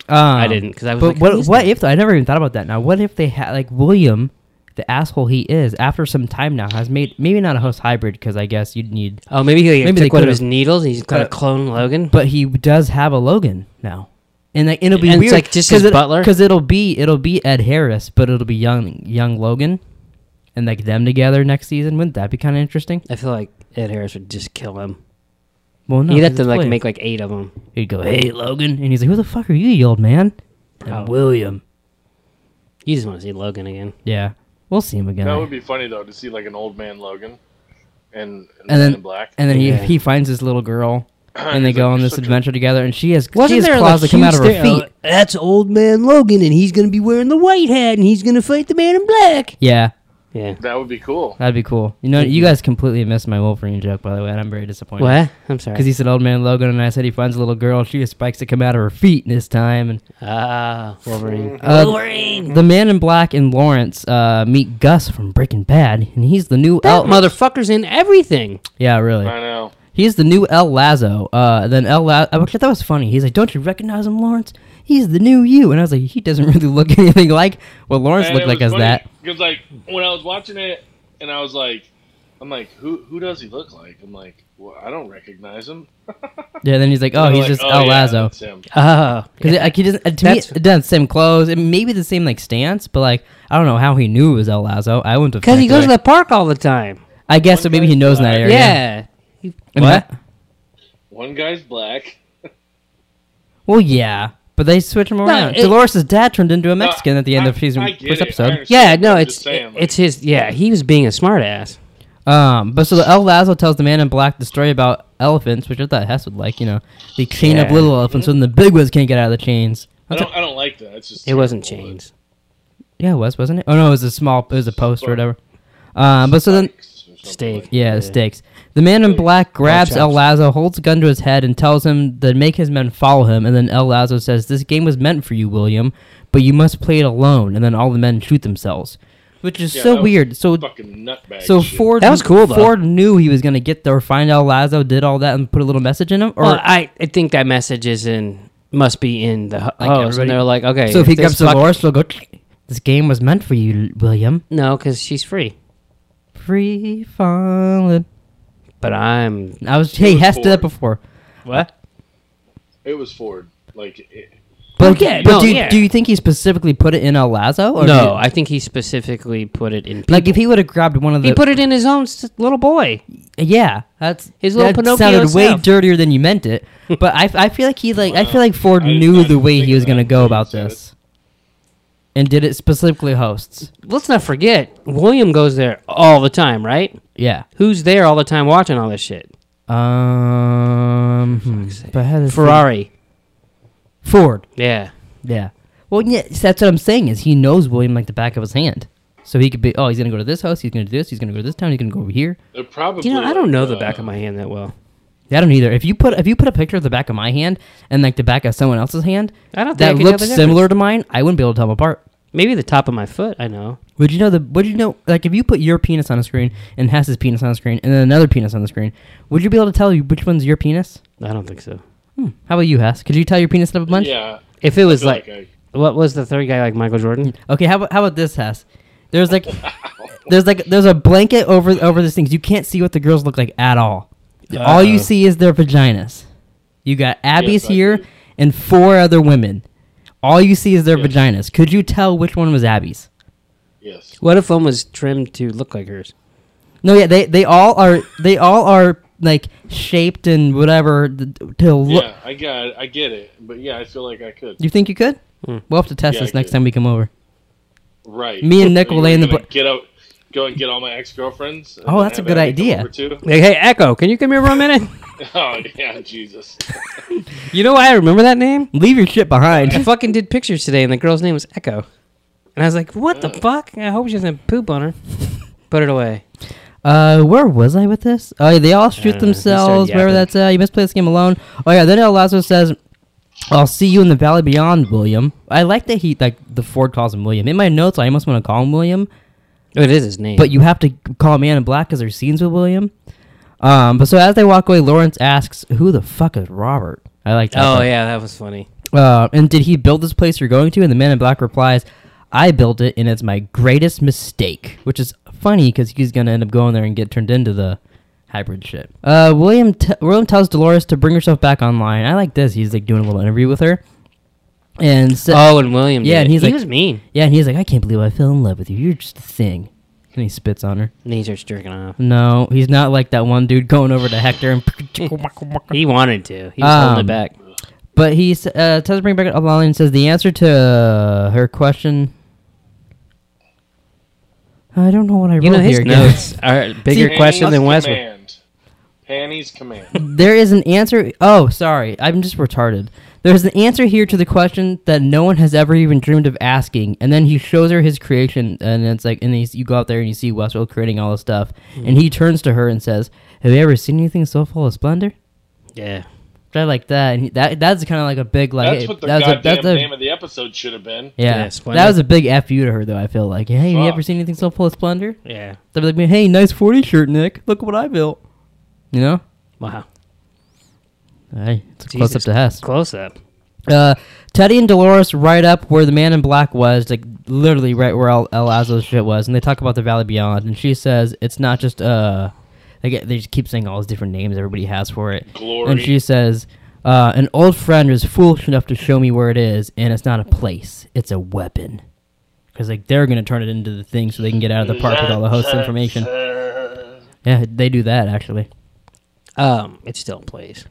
S1: Um,
S3: I didn't, 'cause I was
S1: But
S3: like,
S1: what?
S3: who's
S1: what
S3: that?
S1: if I never even thought about that? Now, what if they had like William, the asshole he is, after some time now has made maybe not a host hybrid because I guess you'd need,
S3: Oh, maybe he like,
S1: Maybe they
S3: took one of
S1: could've-
S3: his needles and he's got a
S1: could've-
S3: clone Logan.
S1: but he does have a Logan now, and like it'll be
S3: And
S1: weird
S3: it's, like, just his butler?
S1: because it'll be it'll be Ed Harris, but it'll be young young Logan, and like them together next season. Wouldn't that be kind of interesting?
S3: I feel like Ed Harris would just kill him.
S1: Well, no,
S3: He'd
S1: 'cause
S3: have to
S1: it's
S3: like
S1: William.
S3: make like eight of them.
S1: He'd go, "Hey, Logan," and he's like, "Who the fuck are you, you old man?" And
S3: Probably.
S1: William.
S3: You just want to see Logan again.
S1: Yeah, we'll see him again.
S2: That
S1: I
S2: would be funny though to see like an old man Logan, and and,
S1: and
S2: Man
S1: then
S2: in black.
S1: and then
S3: Yeah.
S1: he, he finds his little girl, and they
S2: He's
S1: go
S2: like,
S1: on
S2: "You're
S1: this
S2: such a-
S1: adventure together. And she has she has claws that come out of her
S3: Oh.
S1: feet.
S3: That's old man Logan, and he's gonna be wearing the white hat, and he's gonna fight the man in black.
S1: Yeah,
S3: Yeah.
S2: that would be cool.
S1: that'd be cool. You know, you guys completely missed my Wolverine joke, by the way, and I'm very disappointed.
S3: What? I'm sorry.
S1: Because he said old man Logan, and I said he finds a little girl. She has spikes that come out of her feet this time. And
S3: ah Wolverine. oh,
S1: uh, the Man in Black and Lawrence uh, meet Gus from Breaking Bad, and he's the new
S3: That
S1: El.
S3: motherfucker's in everything.
S1: yeah, really.
S2: I know.
S1: He's the new El Lazo. Uh, then El Lazo. Actually, that was funny. He's like, "Don't you recognize him, Lawrence? He's the new you." And I was like, "He doesn't really look anything like what Lawrence looked like as that."
S2: because like when I was watching it, and I was like, I'm like, who who does he look like? I'm like, well, I don't recognize him.
S1: Yeah. Then he's like, "Oh,
S2: I'm
S1: he's
S2: like,
S1: just
S2: "Oh,
S1: El
S2: yeah,
S1: Lazo."
S2: that's him.
S3: Oh,
S1: Because like he doesn't. uh, To me,
S3: That's-
S1: it doesn't same clothes. It may be the same like stance, but like I don't know how he knew it was El Lazo. I wouldn't have.
S3: because he
S1: checked
S3: goes to
S1: away.
S3: the park all the time.
S1: I guess so. Maybe he knows in that
S2: Yeah.
S1: area.
S3: Yeah.
S1: And
S3: What?
S1: that-
S2: One guy's black.
S1: well, yeah. But they switch him around.
S3: it-
S1: Dolores' dad turned into a Mexican
S2: Uh,
S1: at the end
S2: I-
S1: of season
S2: I get
S1: first
S2: it. I
S1: episode.
S2: understand.
S3: Yeah. No,
S2: I'm
S3: it's
S2: just saying, like-
S3: it's his. Yeah, he was being a smartass.
S1: Um, but so the El Lazo tells the man in black the story about elephants, which I thought Hess would like. You know, they chain up
S3: Yeah.
S1: little elephants, and the big ones can't get out of the chains.
S2: I
S1: That's
S2: don't I don't like that. It's just
S3: It wasn't
S2: terrible.
S3: chains.
S1: yeah, it was wasn't it? Oh no, it was a small, it was a post or whatever. Um, but so then,
S2: Or something
S3: Steak.
S1: yeah, the stakes. The man in black grabs El
S3: chops.
S1: Lazo, holds a gun to his head, and tells him to make his men follow him. And then El Lazo says, "This game was meant for you, William, but you must play it alone." And then all the men shoot themselves, which is
S2: Yeah,
S1: so
S2: that was
S1: weird. So
S2: Fucking nutbag.
S1: So
S2: shit.
S1: Ford
S3: That was cool, though.
S1: Ford knew he was gonna get there, find El Lazo, did all that, and put a little message in him. Or
S3: well, I, I think that message is in must be in the ho-
S1: Like
S3: host,
S1: everybody-
S3: and they're like, okay.
S1: so if he
S3: this
S1: comes to
S3: fuck-
S1: Dolores, she'll go. This game was meant for you, William.
S3: no, because she's free.
S1: Free falling.
S3: But I'm
S1: I was hey
S2: was
S1: Hess did that
S2: Ford.
S1: before.
S3: what?
S2: it was Ford. Like it,
S1: But,
S3: yeah,
S1: but
S3: no,
S1: do, you-
S3: yeah.
S1: do you think he specifically put it in El Lazo? Or do you-
S3: No, I think he specifically put it in.
S1: like if he would have grabbed one of the
S3: He put it in his own s- little boy.
S1: yeah that's
S3: His little
S1: that
S3: Pinocchio
S1: sounded way
S3: self.
S1: dirtier than you meant it. But I, I feel like he like I feel like Ford
S2: I did
S1: knew
S2: not
S1: the way
S2: think
S1: he was
S2: about
S1: gonna
S2: it
S1: go
S2: when you
S1: about
S2: said it.
S1: this, and did it specifically hosts.
S3: Let's not forget, William goes there all the time, right?
S1: Yeah.
S3: Who's there all the time watching all this shit?
S1: Um, hmm, but how does
S3: Ferrari.
S1: he- Ford.
S3: Yeah.
S1: Yeah. Well, yeah, that's what I'm saying is he knows William like the back of his hand, so he could be. Oh, he's gonna go to this house. He's gonna do this. He's gonna go to this town. He's gonna go over here.
S2: it probably.
S3: You know, I don't
S2: like,
S3: know
S2: uh,
S3: the back of my hand that well.
S1: I don't either. If you put if you put a picture of the back of my hand and like the back of someone else's hand,
S3: I don't think I
S1: that
S3: could tell
S1: looks
S3: the
S1: similar to mine, I wouldn't be able to tell them apart.
S3: Maybe the top of my foot. I know.
S1: Would you know the? Would you know like if you put your penis on a screen and Hess's penis on a screen and then another penis on the screen, would you be able to tell you which one's your penis?
S3: I don't think so.
S1: How about you, Hess? Could you tell your penis up a bunch?
S2: Yeah,
S3: If it was
S2: feel
S3: like,
S2: like
S3: what was the third guy like Michael Jordan?
S1: Okay, how about how about this, Hess? There's like there's like there's a blanket over over these things. You can't see what the girls look like at all. All you
S3: Uh-oh.
S1: see is their vaginas. You got Abby's
S2: Yes, I
S1: here
S2: do.
S1: and four other women. All you see is their
S2: Yes.
S1: vaginas. Could you tell which one was Abby's?
S2: yes.
S3: What if one was trimmed to look like hers?
S1: No, yeah, they they all are they all are like shaped and whatever th- to look.
S2: Yeah, I got, it. I get it, but yeah, I feel like I could.
S1: You think you could? We'll have to test
S2: Yeah,
S1: this
S2: I
S1: next
S2: could.
S1: time we come over.
S2: Right.
S1: Me and Nick will
S2: You're
S1: lay in the
S2: gonna
S1: bu-
S2: Get out, go and get all my ex girlfriends.
S1: Oh, that's a good idea.
S3: Like, hey, Echo, can you come here for a minute?
S2: Oh yeah, Jesus.
S3: you know why I remember that name?
S1: Leave your shit
S3: I
S1: behind.
S3: fucking did pictures today, and the girl's name was Echo. And I was like, what the fuck? I hope she doesn't poop on her. Put it away.
S1: Uh, where was I with this? Oh, yeah, they all
S3: don't know. You
S1: shoot
S3: started
S1: themselves. Wherever
S3: yapping.
S1: that's at, you must play this game alone. Oh yeah, then El Lazo says, "I'll see you in the valley beyond, William." I like that he like the Ford calls him William. In my notes, I almost want to call him William,
S3: Oh, it is his name.
S1: but you have to call Man in Black because there's scenes with William. Um, but so as they walk away, Lawrence asks, "Who the fuck is Robert?" I like that.
S3: oh
S1: part.
S3: yeah, that was funny.
S1: Uh, and did he build this place you're going to? And the man in black replies, I built it, and it's my greatest mistake. Which is funny because he's going to end up going there and get turned into the hybrid shit. Uh, William, t- William tells Dolores to bring herself back online. I like this. He's like doing a little interview with her. And so,
S3: oh, and William.
S1: yeah, and
S3: did it.
S1: he's
S3: he
S1: like-
S3: was mean.
S1: yeah, and he's like, I can't believe I fell in love with you. You're just a thing. And he spits on her.
S3: And he starts jerking off.
S1: No, he's not like that one dude going over to Hector and
S3: He wanted to. He was
S1: Um,
S3: holding it back.
S1: But he s- uh, tells bring back up line and says the answer to uh, her question. I don't know what I wrote
S3: You know, his
S1: here. again.
S3: notes are bigger
S1: See,
S3: question than
S2: Hanny's
S3: Westwood.
S2: command. Hanny's command.
S1: there is an answer. Oh, sorry, I'm just retarded. There's an answer here to the question that no one has ever even dreamed of asking, and then he shows her his creation, and it's like, and he's, you go out there and you see Westworld creating all this stuff, and he turns to her and says, "Have you ever seen anything so full of splendor?"
S3: Yeah.
S1: I like that, and he, that that's kind of like a big like.
S2: That's
S1: hey,
S2: what the
S1: that was a-
S2: goddamn
S1: that's a-
S2: name of the episode should have been.
S1: Yeah,
S3: Yeah, Splendor.
S1: that was a big f you to her though. I feel like, hey, have you ever
S2: Fuck.
S1: seen anything so full of splendor?
S3: Yeah.
S1: They'd be like, hey, nice forty shirt, Nick. Look what I built. You know,
S3: Wow.
S1: hey, it's a
S3: Jesus.
S1: close up to Hess.
S3: Close up.
S1: Uh, Teddy and Dolores right up where the man in black was, like literally right where El, El Azo's shit was, and they talk about the Valley Beyond, and she says it's not just uh, they get, they just keep saying all these different names everybody has for it,
S2: Glory.
S1: and she says. Uh, an old friend was foolish enough to show me where it is, and it's not a place; it's a weapon. Because like they're gonna turn it into the thing so they can get out of the park with all the host information. Yeah, they do that actually.
S3: Um, it still plays.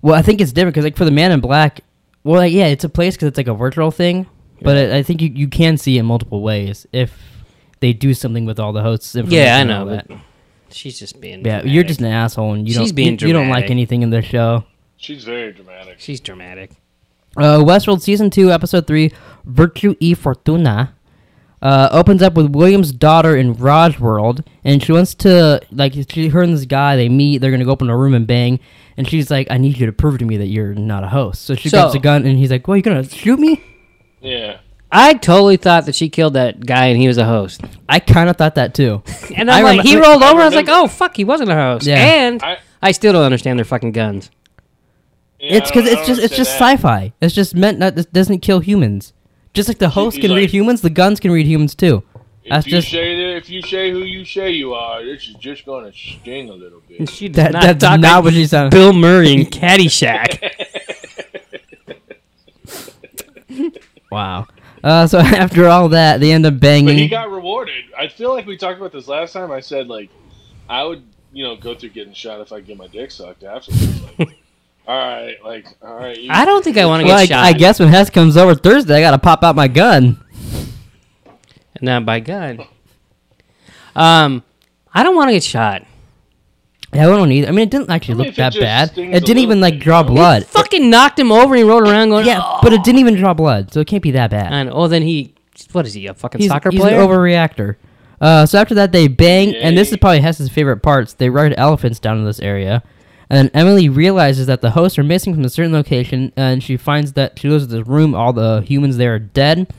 S1: Well, I think it's different because like for the Man in Black, well, like, yeah, it's a place because it's like a virtual thing, but it, I think you, you can see it multiple ways if they do something with all the hosts. information
S3: Yeah, I
S1: and all
S3: know.
S1: that.
S3: But she's just being.
S1: Yeah,
S3: dramatic.
S1: you're just an asshole, and you
S3: She's
S1: don't
S3: being
S1: you, you don't like
S3: dramatic.
S1: anything in the show.
S2: She's very dramatic.
S3: She's dramatic.
S1: Uh, Westworld season two, episode three, Virtue e Fortuna, uh, opens up with William's daughter in Raj World, and she wants to like she her and this guy they meet. They're gonna go open a room and bang, and she's like, "I need you to prove to me that you're not a host." So she
S3: So-
S1: grabs a gun, and he's like, "Well, you're gonna shoot me?"
S2: Yeah.
S3: I totally thought that she killed that guy and he was a host.
S1: I kind of thought that too.
S3: And I'm
S1: I
S3: like,
S1: remem-
S3: he
S1: wait,
S3: rolled
S2: I
S3: over. I was like,
S2: remember-
S3: oh fuck, he wasn't a host.
S1: Yeah.
S3: And I,
S2: I-
S3: still don't understand their fucking guns.
S2: Yeah,
S1: It's
S2: I
S1: because
S2: don't- I
S1: it's
S2: don't
S1: just it's just
S2: understand
S1: sci-fi. It's just meant not it doesn't kill humans. Just like the host
S2: he's
S1: can read
S2: like-
S1: humans, the guns can read humans too.
S2: that.
S1: That's
S2: If you
S1: just
S2: say that, if you say who you say you are, this is just gonna sting a little bit.
S3: She did
S1: that, that's not,
S3: like
S1: what she sounded.
S3: Bill Murray in Caddyshack.
S1: Wow. Uh, so after all that, they end up
S2: But he
S1: banging.
S2: got rewarded. I feel like we talked about this last time. I said like, I would, you know, go through getting shot if I get my dick sucked afterwards. Like, all right, like, all right. You,
S3: I don't think I want to
S1: Well, I,
S3: get shot.
S1: I guess when Hess comes over Thursday, I gotta pop out my gun.
S3: Not by gun. Um, I don't want to get shot.
S1: Yeah, I don't either. I mean, it didn't actually
S2: I mean,
S1: look
S2: if it
S1: that
S2: just
S1: bad.
S2: stings a
S1: It didn't
S2: little
S1: even like
S2: bit,
S1: draw
S2: you know?
S1: blood.
S3: Fucking knocked him over. and He rolled around going,
S1: Yeah,
S3: "Oh."
S1: but it didn't even draw blood, so it can't be that bad.
S3: And oh, then he, what is he, a fucking
S1: he's,
S3: soccer
S1: he's
S3: player?
S1: an overreactor. Uh, so after that, they bang, and this is
S2: Yay.
S1: probably Hess's favorite parts. They ride elephants down to this area, and then Emily realizes that the hosts are missing from a certain location, and she finds that she goes to this room. All the humans there are dead,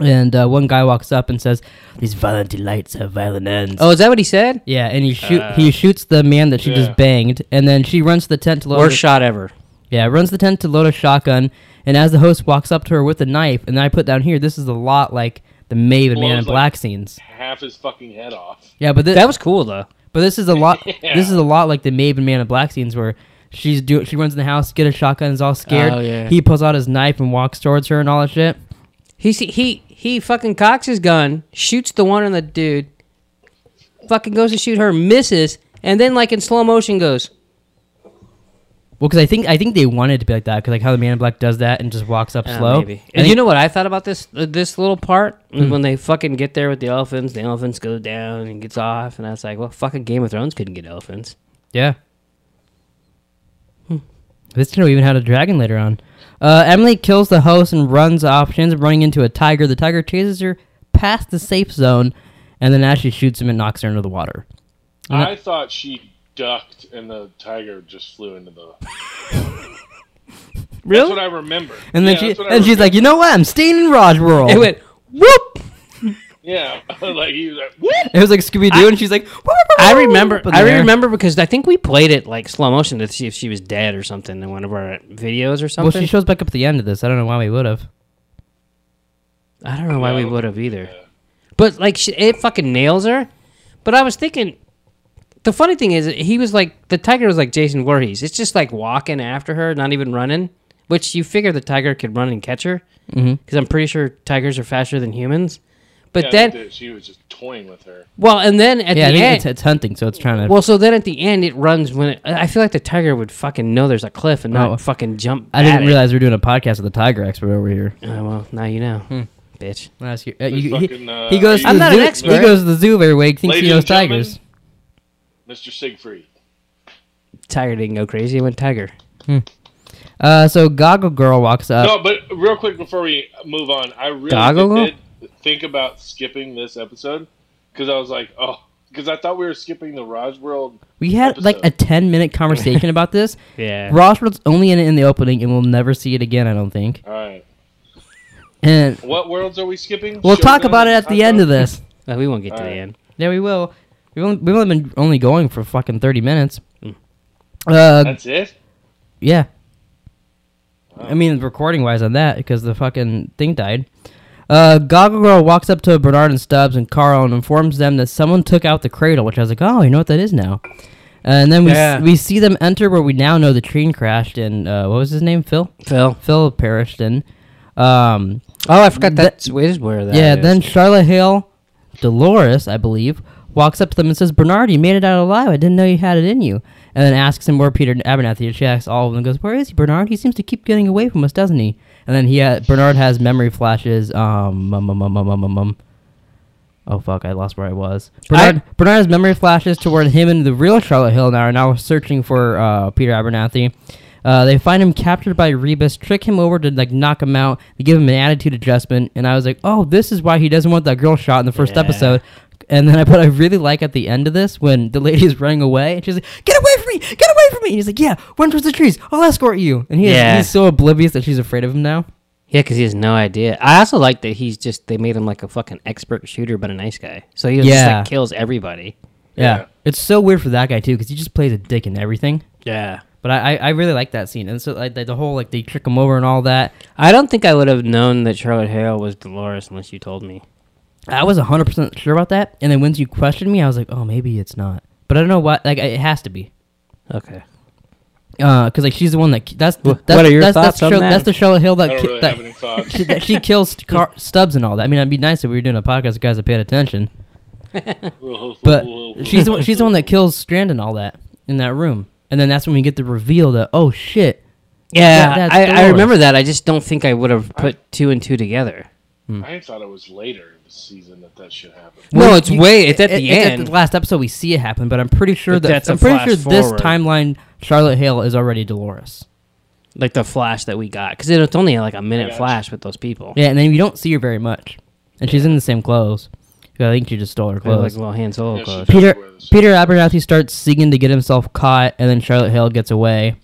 S1: and uh, one guy walks up and says, "These violent delights have violent ends."
S3: oh, is that what he said?
S1: yeah, and he shoot he shoots the man that she
S2: Uh, Yeah.
S1: just banged, and then she runs to the tent to load
S3: Worst
S1: a-
S3: shot ever.
S1: yeah, runs the tent to load a shotgun, and as the host walks up to her with a knife, and I put down here, this is a lot like the Maeve and Man
S2: Blows
S1: in
S2: like-
S1: Black scenes.
S2: half his fucking head off.
S1: Yeah, but thi-
S3: That was cool though.
S1: but this is a lot.
S2: Yeah.
S1: This is a lot like the Maeve and Man in Black scenes where she's do she runs in the house, get a shotgun, is all scared.
S3: Oh, yeah.
S1: He pulls out his knife and walks towards her and all that shit.
S3: He see- he he fucking cocks his gun, shoots the one on the dude, fucking goes to shoot her, misses, and then like in slow motion goes.
S1: Well, because I think I think they wanted to be like that because like how the Man in Black does that and just walks up
S3: Uh,
S1: slow. I
S3: maybe. And Hmm. you
S1: think-
S3: know what I thought about this uh, this little part when they fucking get there with the elephants, the elephants go down and gets off, and I was like, well, fucking Game of Thrones couldn't get elephants.
S1: yeah. This didn't even had a dragon later on. Uh, Emily kills the host and runs off. She ends up running into a tiger. The tiger chases her past the safe zone, and then Ashley shoots him and knocks her into the water.
S2: I thought she ducked and the tiger just flew into the. That's what I remember.
S1: And then
S2: Yeah, that's
S1: she
S2: what I
S1: and she's
S2: remember.
S1: like, you know what? I'm staying in Raj World.
S3: It went whoop.
S2: yeah, like he was like, whoop.
S1: It was like Scooby Doo, and she's like,
S3: I remember.
S1: up in
S3: I
S1: there.
S3: remember because I think we played it like slow motion to see if she was dead or something in one of our videos or
S1: Well,
S3: something.
S1: she shows back up at the end of this. I don't know why we would have.
S3: I don't know why we
S2: Yeah.
S3: would have either. But like, she, it fucking nails her. But I was thinking, the funny thing is, he was like the tiger was like Jason Voorhees. It's just like walking after her, not even running. Which you figure the tiger could run and catch her, because
S1: Mm-hmm.
S3: I'm pretty sure tigers are faster than humans. But
S2: Yeah,
S3: then,
S2: dude, she was just toying with her.
S3: well, and then at
S1: Yeah, I
S3: the
S1: think
S3: end,
S1: it's, it's hunting, so it's trying to.
S3: Well, so then at the end, it runs when it, I feel like the tiger would fucking know there's a cliff and not
S1: Oh.
S3: fucking jump.
S1: I
S3: at
S1: didn't
S3: it.
S1: realize we were doing a podcast with a tiger expert over here.
S3: Oh, well, now you know,
S1: Hmm.
S3: bitch.
S1: Last year, uh, you,
S2: There's
S1: he,
S2: fucking, uh,
S1: he goes. To
S3: I'm
S1: the
S3: not an
S1: zoo,
S3: expert.
S1: He goes to the zoo every week. Thinks
S2: Ladies
S1: he knows
S2: and gentlemen,
S1: tigers.
S2: Mr. Siegfried.
S3: Tiger didn't go crazy. It went tiger.
S1: Uh, so Goggle Girl walks up.
S2: No, but real quick before we move on, I really
S3: Goggle?
S2: did think about skipping this episode because I was like, oh, because I thought we were skipping the Raj World.
S1: we had like a
S2: episode.
S1: ten minute conversation about this.
S3: Yeah.
S1: Rossworld's only in it in the opening, and we'll never see it again. I don't think.
S2: All right,
S1: And
S2: what worlds are we skipping?
S1: we'll talk
S2: Shogun?
S1: about it at the
S2: Hot
S1: end of
S2: Dog?
S1: this.
S3: Well, we won't get to the
S2: Alright.
S3: end.
S1: Yeah, we will. We've only, we've only been only going for fucking thirty minutes. Uh,
S2: Hmm. That's it.
S1: yeah. I mean, recording wise on that, because the fucking thing died. Uh, Goggle Girl walks up to Bernard and Stubbs and Carl and informs them that someone took out the cradle, which I was like, oh, you know what that is now. And then we
S3: Yeah.
S1: s- we see them enter where we now know the train crashed and uh, what was his name, Phil?
S3: Phil.
S1: Phil perished in. Um,
S3: Oh, I forgot
S1: That-
S3: that's where- where that.
S1: yeah,
S3: is.
S1: then Charlotte Hale, Dolores, I believe, walks up to them and says, Bernard, you made it out alive. I didn't know you had it in you. And then asks him where Peter Abernathy is. She asks all of them, goes, Where is he, Bernard? He seems to keep getting away from us, doesn't he? And then he ha- Bernard has memory flashes. Um, um, um, um, um, um, um, um. Oh, fuck, I lost where I was. Bernard, Bernard has memory flashes to where him and the real Charlotte Hill now are now searching for uh, Peter Abernathy. Uh, they find him captured by Rebus, trick him over to like knock him out. They give him an attitude adjustment, and I was like, "Oh, this is why he doesn't want that girl shot in the first
S3: Yeah.
S1: episode." And then I put I really like at the end of this when the lady is running away and she's like, "Get away from me! Get away from me!" And he's like, "Yeah, run towards the trees. I'll escort you." And he is-
S3: Yeah.
S1: he's so oblivious that she's afraid of him now.
S3: yeah, because he has no idea. I also like that he's just they made him like a fucking expert shooter, but a nice guy. So he was just
S1: Yeah.
S3: like kills everybody.
S1: Yeah,
S2: Yeah.
S1: it's so weird for that guy too because he just plays a dick in everything.
S3: Yeah.
S1: But I, I, I really like that scene, and so like the, the whole like they trick him over and all that.
S3: I don't think I would have known that Charlotte Hale was Dolores unless you told me.
S1: I was hundred percent sure about that, and then once you questioned me, I was like, oh, maybe it's not. But I don't know what like it has to be,
S3: Okay.
S1: because like she's the one that that's the,
S3: Wha-
S1: that's,
S3: what are your
S1: that's, that's
S3: thoughts
S1: the
S3: on
S1: Charlotte-
S3: that?
S1: That's the Charlotte Hill that,
S2: I don't
S1: ki-
S2: really
S1: that,
S2: have any thoughts.
S1: she, that she kills Car- Stubbs and all that. I mean, it'd be nice if we were doing a podcast, if guys that paid attention. But she's the, one- she's the one that kills Strand and all that in that room, and then that's when we get the reveal that oh shit,
S3: Yeah,
S1: that's
S3: I, I
S1: Dolores.
S3: remember that. I just don't think I would have put two and two together.
S2: I thought it was later this season that that should happen.
S3: No,
S1: Well,
S3: it's
S1: you-
S3: way. It's at
S1: it-
S3: the
S1: it's
S3: end.
S1: the last episode we see it happen, but I'm pretty sure
S3: But
S1: that
S3: that's a
S1: I'm pretty sure
S3: flash
S1: this
S3: forward.
S1: timeline Charlotte Hale is already Dolores.
S3: like the flash that we got because it's only like a minute
S2: gotcha.
S3: flash with those people.
S1: Yeah, and then you don't see her very much, and she's in the same clothes. 'Cause I think she just stole her
S3: They look like
S1: clothes.
S3: little Han Solo
S2: Yeah, she
S3: clothes.
S2: did.
S1: Peter
S2: Where this-
S1: Peter Abernathy starts singing to get himself caught, and then Charlotte Hale gets away.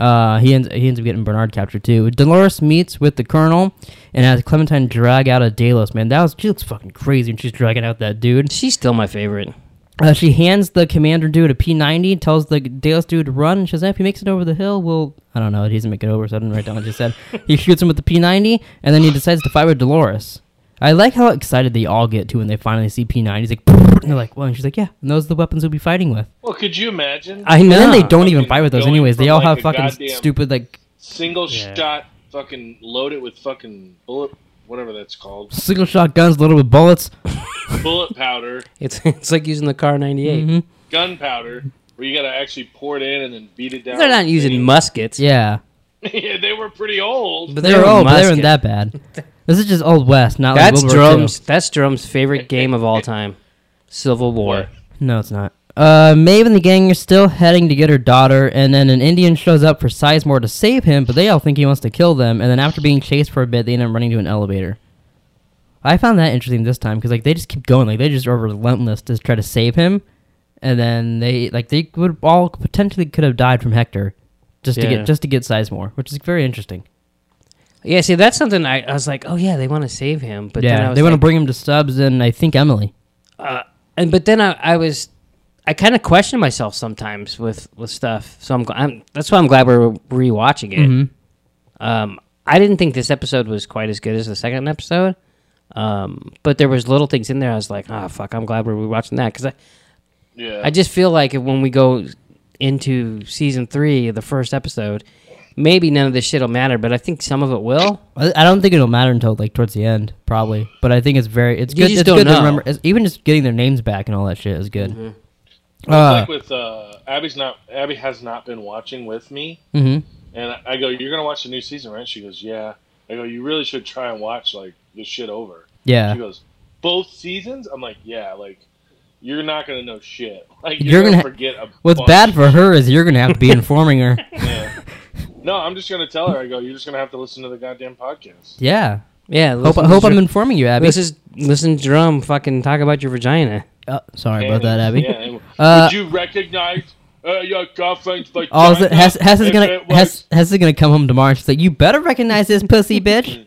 S1: Uh, he ends he ends up getting Bernard captured too. Dolores meets with the Colonel and has Clementine drag out a Dalos. Man, that was she looks fucking crazy when she's dragging out that dude.
S3: She's still my favorite.
S1: Uh, she hands the commander dude a P90, tells the Dallas dude to run, and she says, eh, if he makes it over the hill, we'll... I don't know, he doesn't make it over, so I didn't write down what she said. he shoots him with the P90, and then he decides to fight with Dolores. I like how excited they all get, too, when they finally see P90. He's like, and they're like, well, and she's like, yeah, and those are the weapons we'll be fighting with.
S2: Well, could you imagine?
S3: I know.
S1: And then they don't
S2: Fucking
S1: even fight with those
S2: going
S1: anyways. They
S2: from,
S1: all
S2: like,
S1: have
S2: a
S1: fucking
S2: goddamn-
S1: stupid, like,
S2: Single
S3: Yeah.
S2: shot, fucking load it with fucking bullet, whatever that's called,
S1: single shot guns loaded with bullets.
S2: bullet powder,
S3: Mm-hmm. It's it's like using the car ninety eight.
S2: gunpowder. where you got to actually pour it in and then beat it down.
S3: They're not
S2: with
S3: using
S2: any-
S3: muskets.
S1: Yeah,
S2: yeah, they were pretty old.
S3: But
S1: they were old, but they weren't that bad. This is just old west, not
S3: That's
S1: like World War II.
S3: drums. That's drums' favorite game of all time, Civil War.
S1: No, it's not. Uh, Maeve and the gang are still heading to get her daughter, and then an Indian shows up for Sizemore to save him, but they all think he wants to kill them. And then after being chased for a bit, they end up running to an elevator. I found that interesting this time because like they just keep going, like they just are relentless to try to save him, and then they like they would all potentially could have died from Hector, just to
S3: Yeah.
S1: get just to get Sizemore, which is very interesting.
S3: Yeah, see, that's something I, I was like, oh yeah, they want to save him, but then I
S1: yeah,
S3: was
S1: they want to
S3: like-
S1: bring him to Stubbs and I think Emily.
S3: uh, and but then I, I was I kind of question myself sometimes with with stuff. So I'm, gl- I'm that's why I'm glad we're rewatching it.
S1: Mm-hmm.
S3: Um, I didn't think this episode was quite as good as the second episode, um, but there was little things in there. I was like, ah, fuck, I'm glad we're rewatching that because I
S2: Yeah,
S3: I just feel like when we go into season three, the first episode, maybe none of this shit'll matter, but I think some of it will.
S1: I I don't think it'll matter until like towards the end, probably. But I think it's very it's
S3: You
S1: good.
S3: just
S1: It's
S3: don't
S1: good
S3: know.
S1: to remember. It's, even just getting their names back and all that shit is good.
S2: Mm-hmm. Well,
S1: Uh,
S2: it's like with uh, Abby's not Abby has not been watching with me,
S1: Mhm.
S2: and I- I go, "You're gonna watch the new season, right?" She goes, "Yeah." I go, "You really should try and watch like this shit over."
S1: Yeah,
S2: She goes, "Both seasons?" I'm like, "Yeah." Like, you're not gonna know shit. Like,
S1: You're
S2: you're,
S1: gonna
S2: gonna,
S1: ha-
S2: forget. A
S1: what's
S2: bunch.
S1: bad for her is you're gonna have to be informing her.
S2: Yeah. No, I'm just gonna tell her. I go, "You're just gonna have to listen to the goddamn podcast."
S1: Yeah,
S3: Yeah.
S1: hope
S3: listen to
S1: hope
S3: Dr-
S1: I'm informing you, Abby.
S3: This is listen to drum fucking talk about your vagina.
S1: Uh, sorry about
S2: And-
S1: that, Abby.
S2: Yeah, and
S1: Uh,
S2: would you recognize uh, your girlfriend's like?
S1: All the, Hess, Hess is
S2: if
S1: gonna
S2: it was-
S1: Hess, Hess is gonna come home tomorrow. And she's like, "You better recognize this pussy, bitch."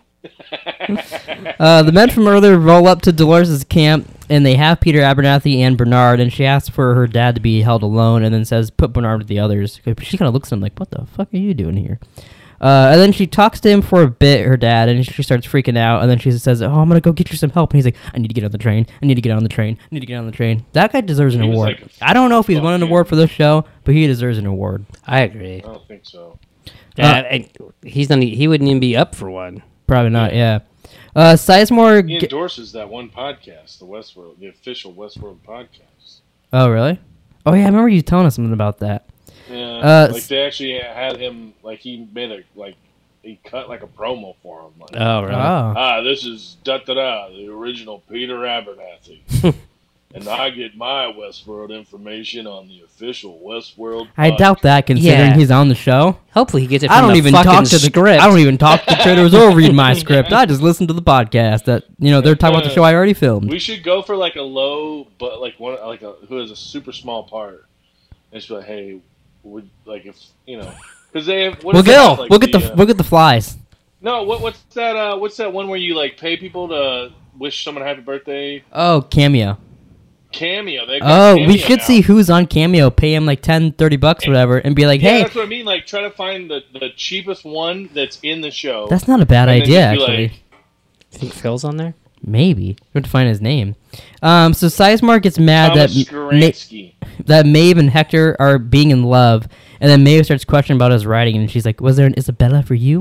S1: uh, the men from earlier roll up to Dolores' camp, and they have Peter Abernathy and Bernard. And she asks for her dad to be held alone, and then says, "Put Bernard with the others." 'Cause She kind of looks at him like, "What the fuck are you doing here?" Uh, and then she talks to him for a bit, her dad, and she starts freaking out. And then she says, "Oh, I'm gonna go get you some help." And he's like, "I need to get on the train. I need to get on the train. I need to get on the train." That guy deserves an
S2: He was
S1: award.
S2: like,
S1: I don't know if he's won an
S2: "Fuck you."
S1: award for this show, but he deserves an award.
S3: I agree.
S2: I don't think so.
S1: Uh,
S3: Yeah, I, Uh, he's not. He wouldn't even be up for one.
S1: Probably not. Yeah. Uh, Sizemore.
S2: He
S1: ge-
S2: endorses that one podcast, the Westworld, the official Westworld podcast.
S1: oh, really? Oh yeah, I remember you telling us something about that.
S2: Yeah,
S1: Uh,
S2: like they actually had him, like he made a like he cut like a promo for him. Like,
S3: Oh, really?
S1: Oh.
S2: ah, this is da da da, the original Peter Abernathy, and I get my Westworld information on the official Westworld.
S1: I doubt that, considering
S3: Yeah.
S1: he's on the show.
S3: Hopefully, he gets it. From
S1: I don't
S3: the
S1: even
S3: fucking
S1: talk to the
S3: script.
S1: I don't even talk to critters or read my script. I just listen to the podcast that you know they're talking about the show I already filmed.
S2: We should go for like a low, but like one like a who has a super small part, and just be like, hey, would like if you know. Because they have, what
S1: we'll
S2: if they
S1: go.
S2: have, like,
S1: we'll get the,
S2: uh,
S1: we'll get the flies.
S2: No, what, what's that? Uh, what's that one where you like pay people to wish someone a happy birthday?
S1: Oh, cameo.
S2: Cameo. They
S1: Oh, we should see who's on cameo. Pay him like 10, 30 bucks, whatever, and be like,
S2: Yeah,
S1: "Hey,
S2: that's what I mean. Like, try to find the, the cheapest one that's in the show.
S1: that's not a bad
S2: And then
S1: idea,
S2: just be
S1: actually."
S2: like-
S3: Think Phil's on there?
S1: Maybe we have to find his name. Um, so Sizemore gets mad
S2: Thomas
S1: that Ma- Mhm.
S2: Skransky.
S1: that Maeve and Hector are being in love, and then Maeve starts questioning about his writing, and she's like, "Was there an Isabella for you?"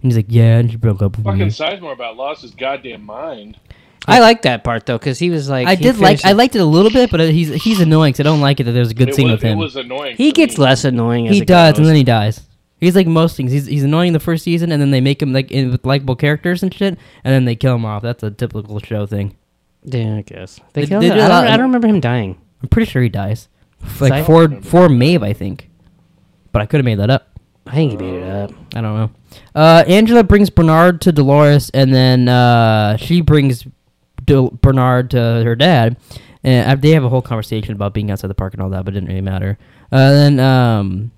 S1: And he's like, "Yeah," and she broke up with
S2: Fucking
S1: me.
S2: Sizemore about lost his goddamn mind.
S3: I like that part though, because he was like,
S1: I
S3: he
S1: did like
S3: finished-
S1: I liked it a little bit, but he's he's annoying. Cause I don't like it that there's a good
S2: It
S1: scene
S2: was,
S1: with him.
S2: it was annoying.
S3: He
S2: for
S3: gets
S2: me.
S3: less annoying. As
S1: he
S3: it
S1: does,
S3: goes.
S1: and then he dies. He's like most things. He's he's annoying the first season, and then they make him like in, with likable characters and shit, and then they kill him off. That's a typical show thing.
S3: Yeah, I guess. They
S1: They-
S3: killed
S1: they
S3: him.
S1: did a
S3: I,
S1: lot-
S3: don't, I don't remember him dying.
S1: I'm pretty sure he dies.
S3: I-
S1: Like for for Maeve, I think, but I could have made that up.
S3: I think he made it up.
S1: I don't know. Uh, Angela brings Bernard to Dolores, and then uh, she brings Del- Bernard to her dad. And uh, they have a whole conversation about being outside the park and all that, but it didn't really matter. Uh, then um,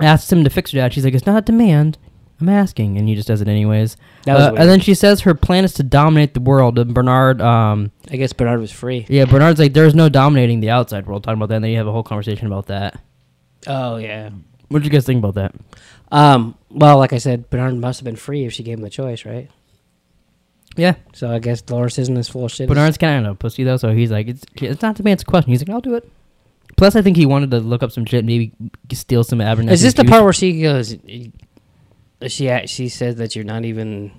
S1: asks him to fix her dad. She's like, "It's not a demand. I'm asking," and he just does it anyways.
S3: That was
S1: Uh,
S3: weird.
S1: and then she says her plan is to dominate the world. And Bernard, um,
S3: I guess Bernard was free.
S1: yeah, Bernard's like, "There's no dominating the outside world." Talking about that, and they have a whole conversation about that.
S3: Oh yeah.
S1: What did you guys think about that?
S3: Um. Well, like I said, Bernard must have been free if she gave him the choice, right?
S1: Yeah,
S3: So I guess Dolores isn't as full of shit. as-
S1: Bernard's kind of a pussy though, so he's like, it's it's not the man's question. He's like, I'll do it. Plus, I think he wanted to look up some shit, maybe steal some Abernathy.
S3: Is this the part where she goes? She act- she says that you're not even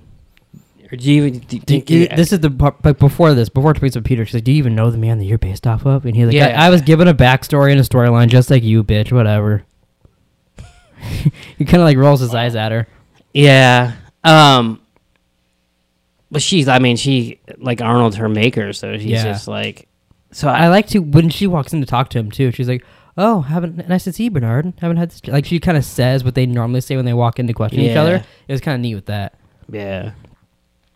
S3: Or do you even do,
S1: Do
S3: do,
S1: you- this is the part, but before this, before tweets with Peter, she's like, "Do you even know the man that you're based off of?" And he's like,
S3: Yeah.
S1: I, "I was given a backstory and a storyline, just like you, bitch. Whatever." he kind of like rolls his eyes at her.
S3: Yeah. Um but she's I mean she like Arnold's her maker, so she's
S1: Yeah.
S3: just like so
S1: I
S3: I
S1: like to when she walks in to talk to him too. She's like, "Oh, haven't nice to see you, Bernard. Haven't had this." ch-" Like she kind of says what they normally say when they walk in to question each
S3: Yeah.
S1: other. It was kind of neat with that.
S3: yeah.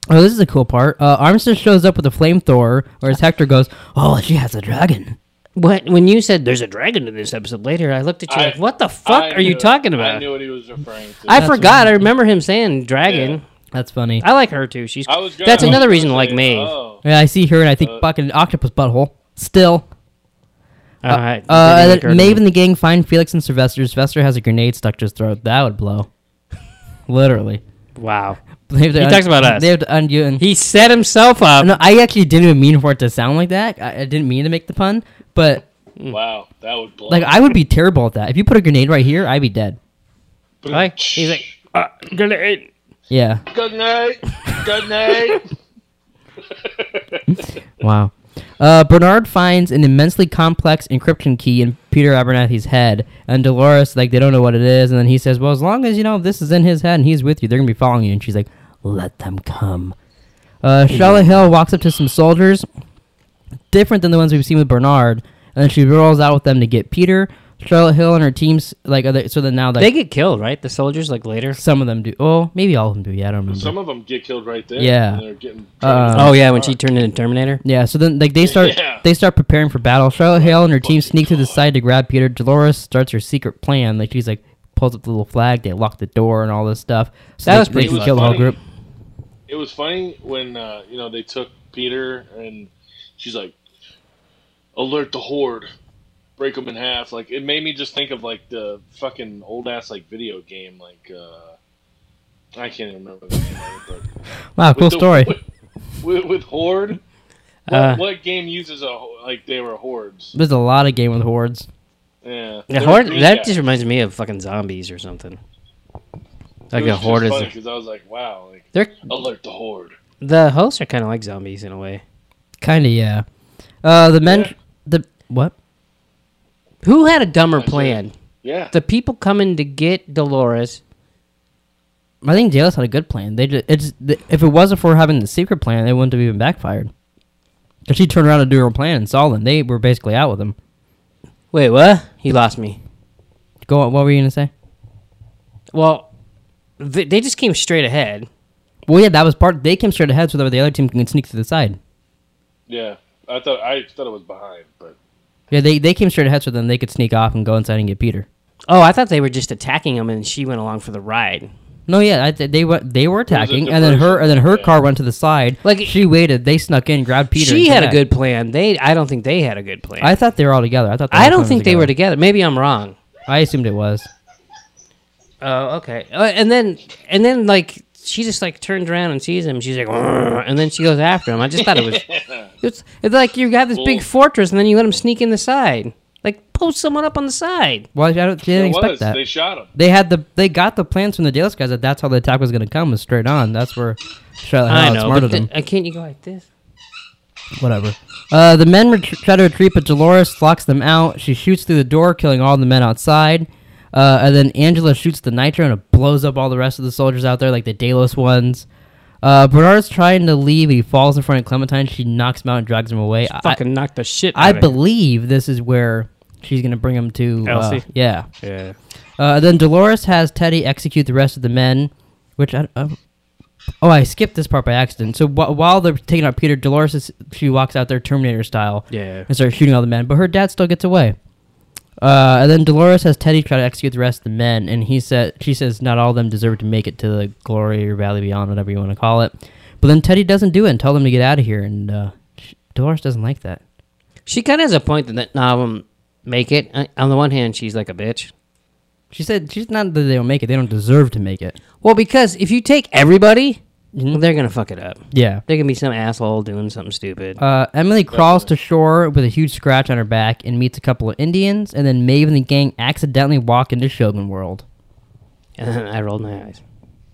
S1: Oh, this is a cool part. Uh, Armistice shows up with a flamethrower, or as Hector goes, "Oh, she has a dragon."
S3: What when you said there's a dragon in this episode later, I looked at you
S2: I-
S3: like, what the fuck
S2: I
S3: are you
S2: knew-
S3: talking
S2: I
S3: about?
S2: knew what he was referring to.
S3: I,
S1: That's
S3: forgot.
S1: what-
S3: I remember him saying dragon.
S1: That's funny.
S3: I like her too. She's
S2: I was gonna-
S3: that's
S2: I was
S3: another
S2: gonna
S3: reason to
S2: say,
S3: like Maeve.
S2: Oh,
S1: Yeah, I see her, and I think
S2: Uh,
S1: fucking octopus butthole. Still,
S3: All right.
S1: Uh,
S3: Maybe
S1: and
S3: like her
S1: then Maeve
S3: too.
S1: and the gang find Felix and Sylvester. Sylvester has a grenade stuck to his throat. That would blow. Literally.
S3: wow.
S1: They have to
S3: He talks about us.
S1: They have to undo and
S3: He set himself up.
S1: no, I actually didn't even mean for it to sound like that. I, I didn't mean to make the pun, but
S3: Mm.
S2: wow, that would blow.
S1: like I would be terrible at that. If you put a grenade right here, I'd be dead.
S3: Like, he's like, uh, grenade.
S1: Yeah.
S2: good night, good night.
S1: Wow. Uh, Bernard finds an immensely complex encryption key in Peter Abernathy's head, and Dolores like they don't know what it is, and then he says, "Well, as long as you know this is in his head and he's with you, they're gonna be following you." And she's like, "Let them come." Uh, Charlotte Hill walks up to some soldiers, different than the ones we've seen with Bernard, and then she rolls out with them to get Peter. Charlotte Hill and her teams like other so that now like
S3: They get killed, right? The soldiers like later.
S1: some of them do. Oh, maybe all of them do. Yeah, I don't remember.
S2: Some of them get killed right there.
S1: Yeah.
S2: and they're getting.
S1: Uh,
S3: Oh yeah, when she turned into Terminator.
S1: Yeah, so then like they start
S2: Yeah.
S1: they start preparing for battle. Charlotte Hale and her team sneak through the side to grab Peter. Dolores starts her secret plan. Like she's like pulls up the little flag, they lock the door and all this stuff. So
S3: That
S1: they-
S3: was pretty
S1: they can
S2: cool.
S1: kill the whole
S2: Funny.
S1: group.
S2: it was funny when uh, you know they took Peter and she's like, "Alert the horde, break them in half." Like it made me just think of like the fucking old ass like video game like uh, I can't even remember the name of it. But
S1: Wow, cool
S2: with the-
S1: story.
S2: with, with horde. What,
S3: Uh,
S2: what game uses a ho- like they were hordes?
S1: There's a lot of game with hordes.
S2: Yeah,
S3: Yeah,
S2: There
S3: horde.
S2: were three
S3: That
S2: guys.
S3: just reminds me of fucking zombies or something.
S2: It
S3: Like
S2: was
S3: a
S2: just
S3: horde is.
S2: funny 'cause I was like, wow, like
S3: They're
S2: alert the horde.
S3: the hosts are kind of like zombies in a way.
S1: Kinda yeah. Uh the men
S2: Yeah.
S1: the what?
S3: Who had a dumber
S2: That's it.
S3: plan?
S2: Yeah,
S3: The people coming to get Dolores.
S1: I think Dallas had a good plan. They just, it's th if it wasn't for having the secret plan, they wouldn't have even backfired. Cause she turned around to do her plan and saw them. They were basically out with them.
S3: Wait, what? He lost me.
S1: Go on. What were you gonna say?
S3: Well, th- they just came straight ahead.
S1: Well, yeah, that was part. They came straight ahead, so that the other team can sneak through the side.
S2: yeah. I thought I thought it was behind, but
S1: Yeah, they, they came straight ahead, so then they could sneak off and go inside and get Peter.
S3: Oh, I thought they were just attacking him, and she went along for the ride.
S1: No, yeah, I th- they were they were
S2: a
S1: attacking, and then her
S2: diversion,
S1: and then her
S2: yeah.
S1: car went to the side.
S3: Like-
S1: Like she waited, they snuck in, grabbed Peter.
S3: she
S1: and
S3: had a
S1: came
S3: good plan. They, I don't think they had a good plan.
S1: back. I thought they were all together. I thought. the
S3: I
S1: whole
S3: don't
S1: time
S3: think
S1: was
S3: they were together. Maybe I'm wrong.
S1: I assumed it was.
S3: Oh, okay. Uh, and then, and then, like she just like turns around and sees him. She's like, "Grr," and then she goes after him. I just thought it was. It's, it's like you got this big
S2: Well-
S3: fortress, and then you let him sneak in the side. Like post someone up on the side.
S1: Well, I don't, they
S2: it
S1: didn't expect
S2: was.
S1: that.
S2: They shot him.
S1: They had the they got the plans from the Dallas guys that that's how the attack was going to come was straight on. That's where Charlotte
S3: I
S1: Hale
S3: know.
S1: outsmarted
S3: But th-
S1: them.
S3: uh, can't you go like this?
S1: Whatever. Uh, the men ret- try to retreat, but Dolores locks them out. She shoots through the door, killing all the men outside. Uh, and then Angela shoots the nitro and it blows up all the rest of the soldiers out there, like the Dalos ones. Uh, Bernard's trying to leave. He falls in front of Clementine. She knocks him out and drags him away. I,
S3: Fucking knock the shit.
S1: I
S3: out of him.
S1: believe this is where she's going to bring him to. uh,
S3: Elsie?
S1: yeah.
S3: Yeah.
S1: Uh, then Dolores has Teddy execute the rest of the men, which I. I Oh, I skipped this part by accident. So wh- while they're taking out Peter, Dolores is, she walks out there Terminator style
S3: Yeah.
S1: and starts shooting all the men, but her dad still gets away. Uh, and then Dolores has Teddy try to execute the rest of the men, and he said she says not all of them deserve to make it to the glory or valley beyond, whatever you want to call it. But then Teddy doesn't do it and tell them to get out of here, and uh, sh Dolores doesn't like that.
S3: She kind of has a point that none of 'em make it. Uh, On the one hand, she's like a bitch.
S1: She said she's not that they don't make it; they don't deserve to make it.
S3: Well, because if you take everybody,
S1: Mm-hmm.
S3: they're gonna fuck it up.
S1: Yeah.
S3: They're gonna be some asshole doing something stupid.
S1: Uh, Emily crawls to shore with a huge scratch on her back and meets a couple of Indians, and then Maeve and the gang accidentally walk into Shogun World.
S3: I rolled my eyes.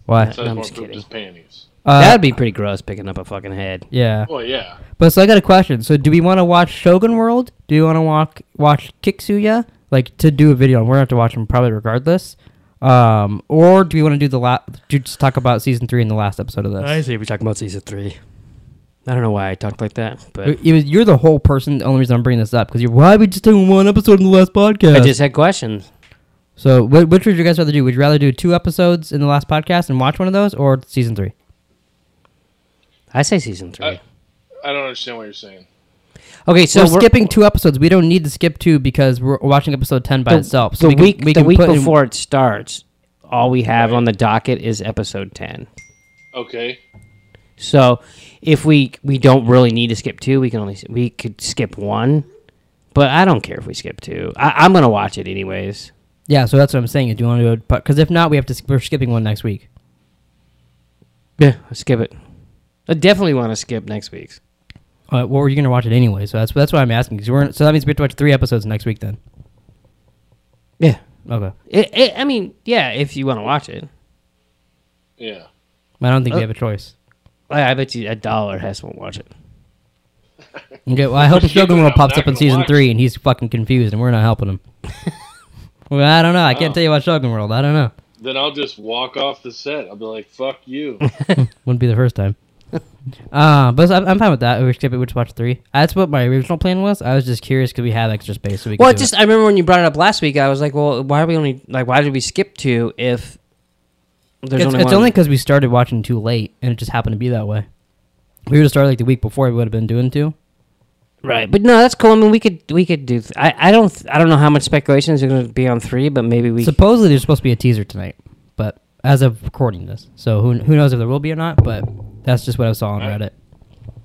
S1: Why?
S2: Says
S3: I'm
S2: more
S3: just
S2: pooped
S3: kidding.
S2: his panties.
S1: Uh,
S3: That'd be pretty gross picking up a fucking head.
S1: yeah.
S2: Well, yeah.
S1: But so I got a question. So do we want to watch Shogun World? Do we want to walk watch Kixuya? Like to do a video, and we're gonna have to watch them probably regardless. Um, or do we want to do the last? Do just talk about season three in the last episode of this?
S3: I see. We're talking about season three. I don't know why I talked like that, but
S1: It- it was- you're the whole person. The only reason I'm bringing this up because you're why are we just doing one episode in the last podcast?
S3: I just had questions.
S1: so wh- which would you guys rather do? Would you rather do two episodes in the last podcast and watch one of those, or season three?
S3: I say season three.
S2: I- I don't understand what you're saying.
S3: okay, so
S1: So Uh, we're, skipping two episodes. We don't need to skip two because we're watching episode ten by
S3: the,
S1: itself.
S3: the
S1: we can-
S3: week
S1: we
S3: the
S1: can
S3: week
S1: put in-
S3: before it starts, all we have on the docket is episode ten.
S2: Okay.
S3: So if we we don't really need to skip two, we can only we could skip one. But I don't care if we skip two. I, I'm gonna watch it anyways.
S1: yeah. So that's what I'm saying. Is do you want to do it? Because if not, we have to. sk- We're skipping one next week.
S3: Yeah, I'll skip it. I definitely want to skip next week's.
S1: Uh, well, you're gonna watch it anyway, so that's that's why I'm asking. 'cause we're so that means we have to watch three episodes next week then.
S3: Yeah.
S1: Okay.
S3: It, it, I mean, yeah, if you want to watch it.
S2: Yeah.
S1: I don't think
S3: Uh,
S1: we have a choice.
S3: I I bet you a dollar Hess won't watch it.
S1: Okay, well, I hope
S2: Just
S1: Shogun
S2: keep it
S1: World
S2: up.
S1: pops
S2: Not
S1: up in
S2: gonna
S1: season
S2: watch.
S1: three and he's fucking confused and we're not helping him. well, I don't know. I can't
S2: Oh.
S1: tell you about Shogun World. I don't know.
S2: Then I'll just walk off the set. I'll be like, "Fuck you."
S1: Wouldn't be the first time. uh, but I'm, I'm fine with that. We skip it. We just watch three. That's what my original plan was. I was just curious because we had extra space, so we.
S3: Well,
S1: could
S3: it
S1: do
S3: just I remember when you brought it up last week, I was like, well, why are we only like why did we skip two if there's
S1: It's,
S3: only
S1: it's
S3: one?
S1: only because we started watching too late, and it just happened to be that way. We would have started like the week before. We would have been doing two.
S3: right, but no, that's cool. I mean, we could we could do. Th- I I don't I don't know how much speculation is going to be on three, but maybe we.
S1: Supposedly, there's supposed to be a teaser tonight, but as of recording this, so who who knows if there will be or not? But that's just what I saw on
S2: Right.
S1: Reddit.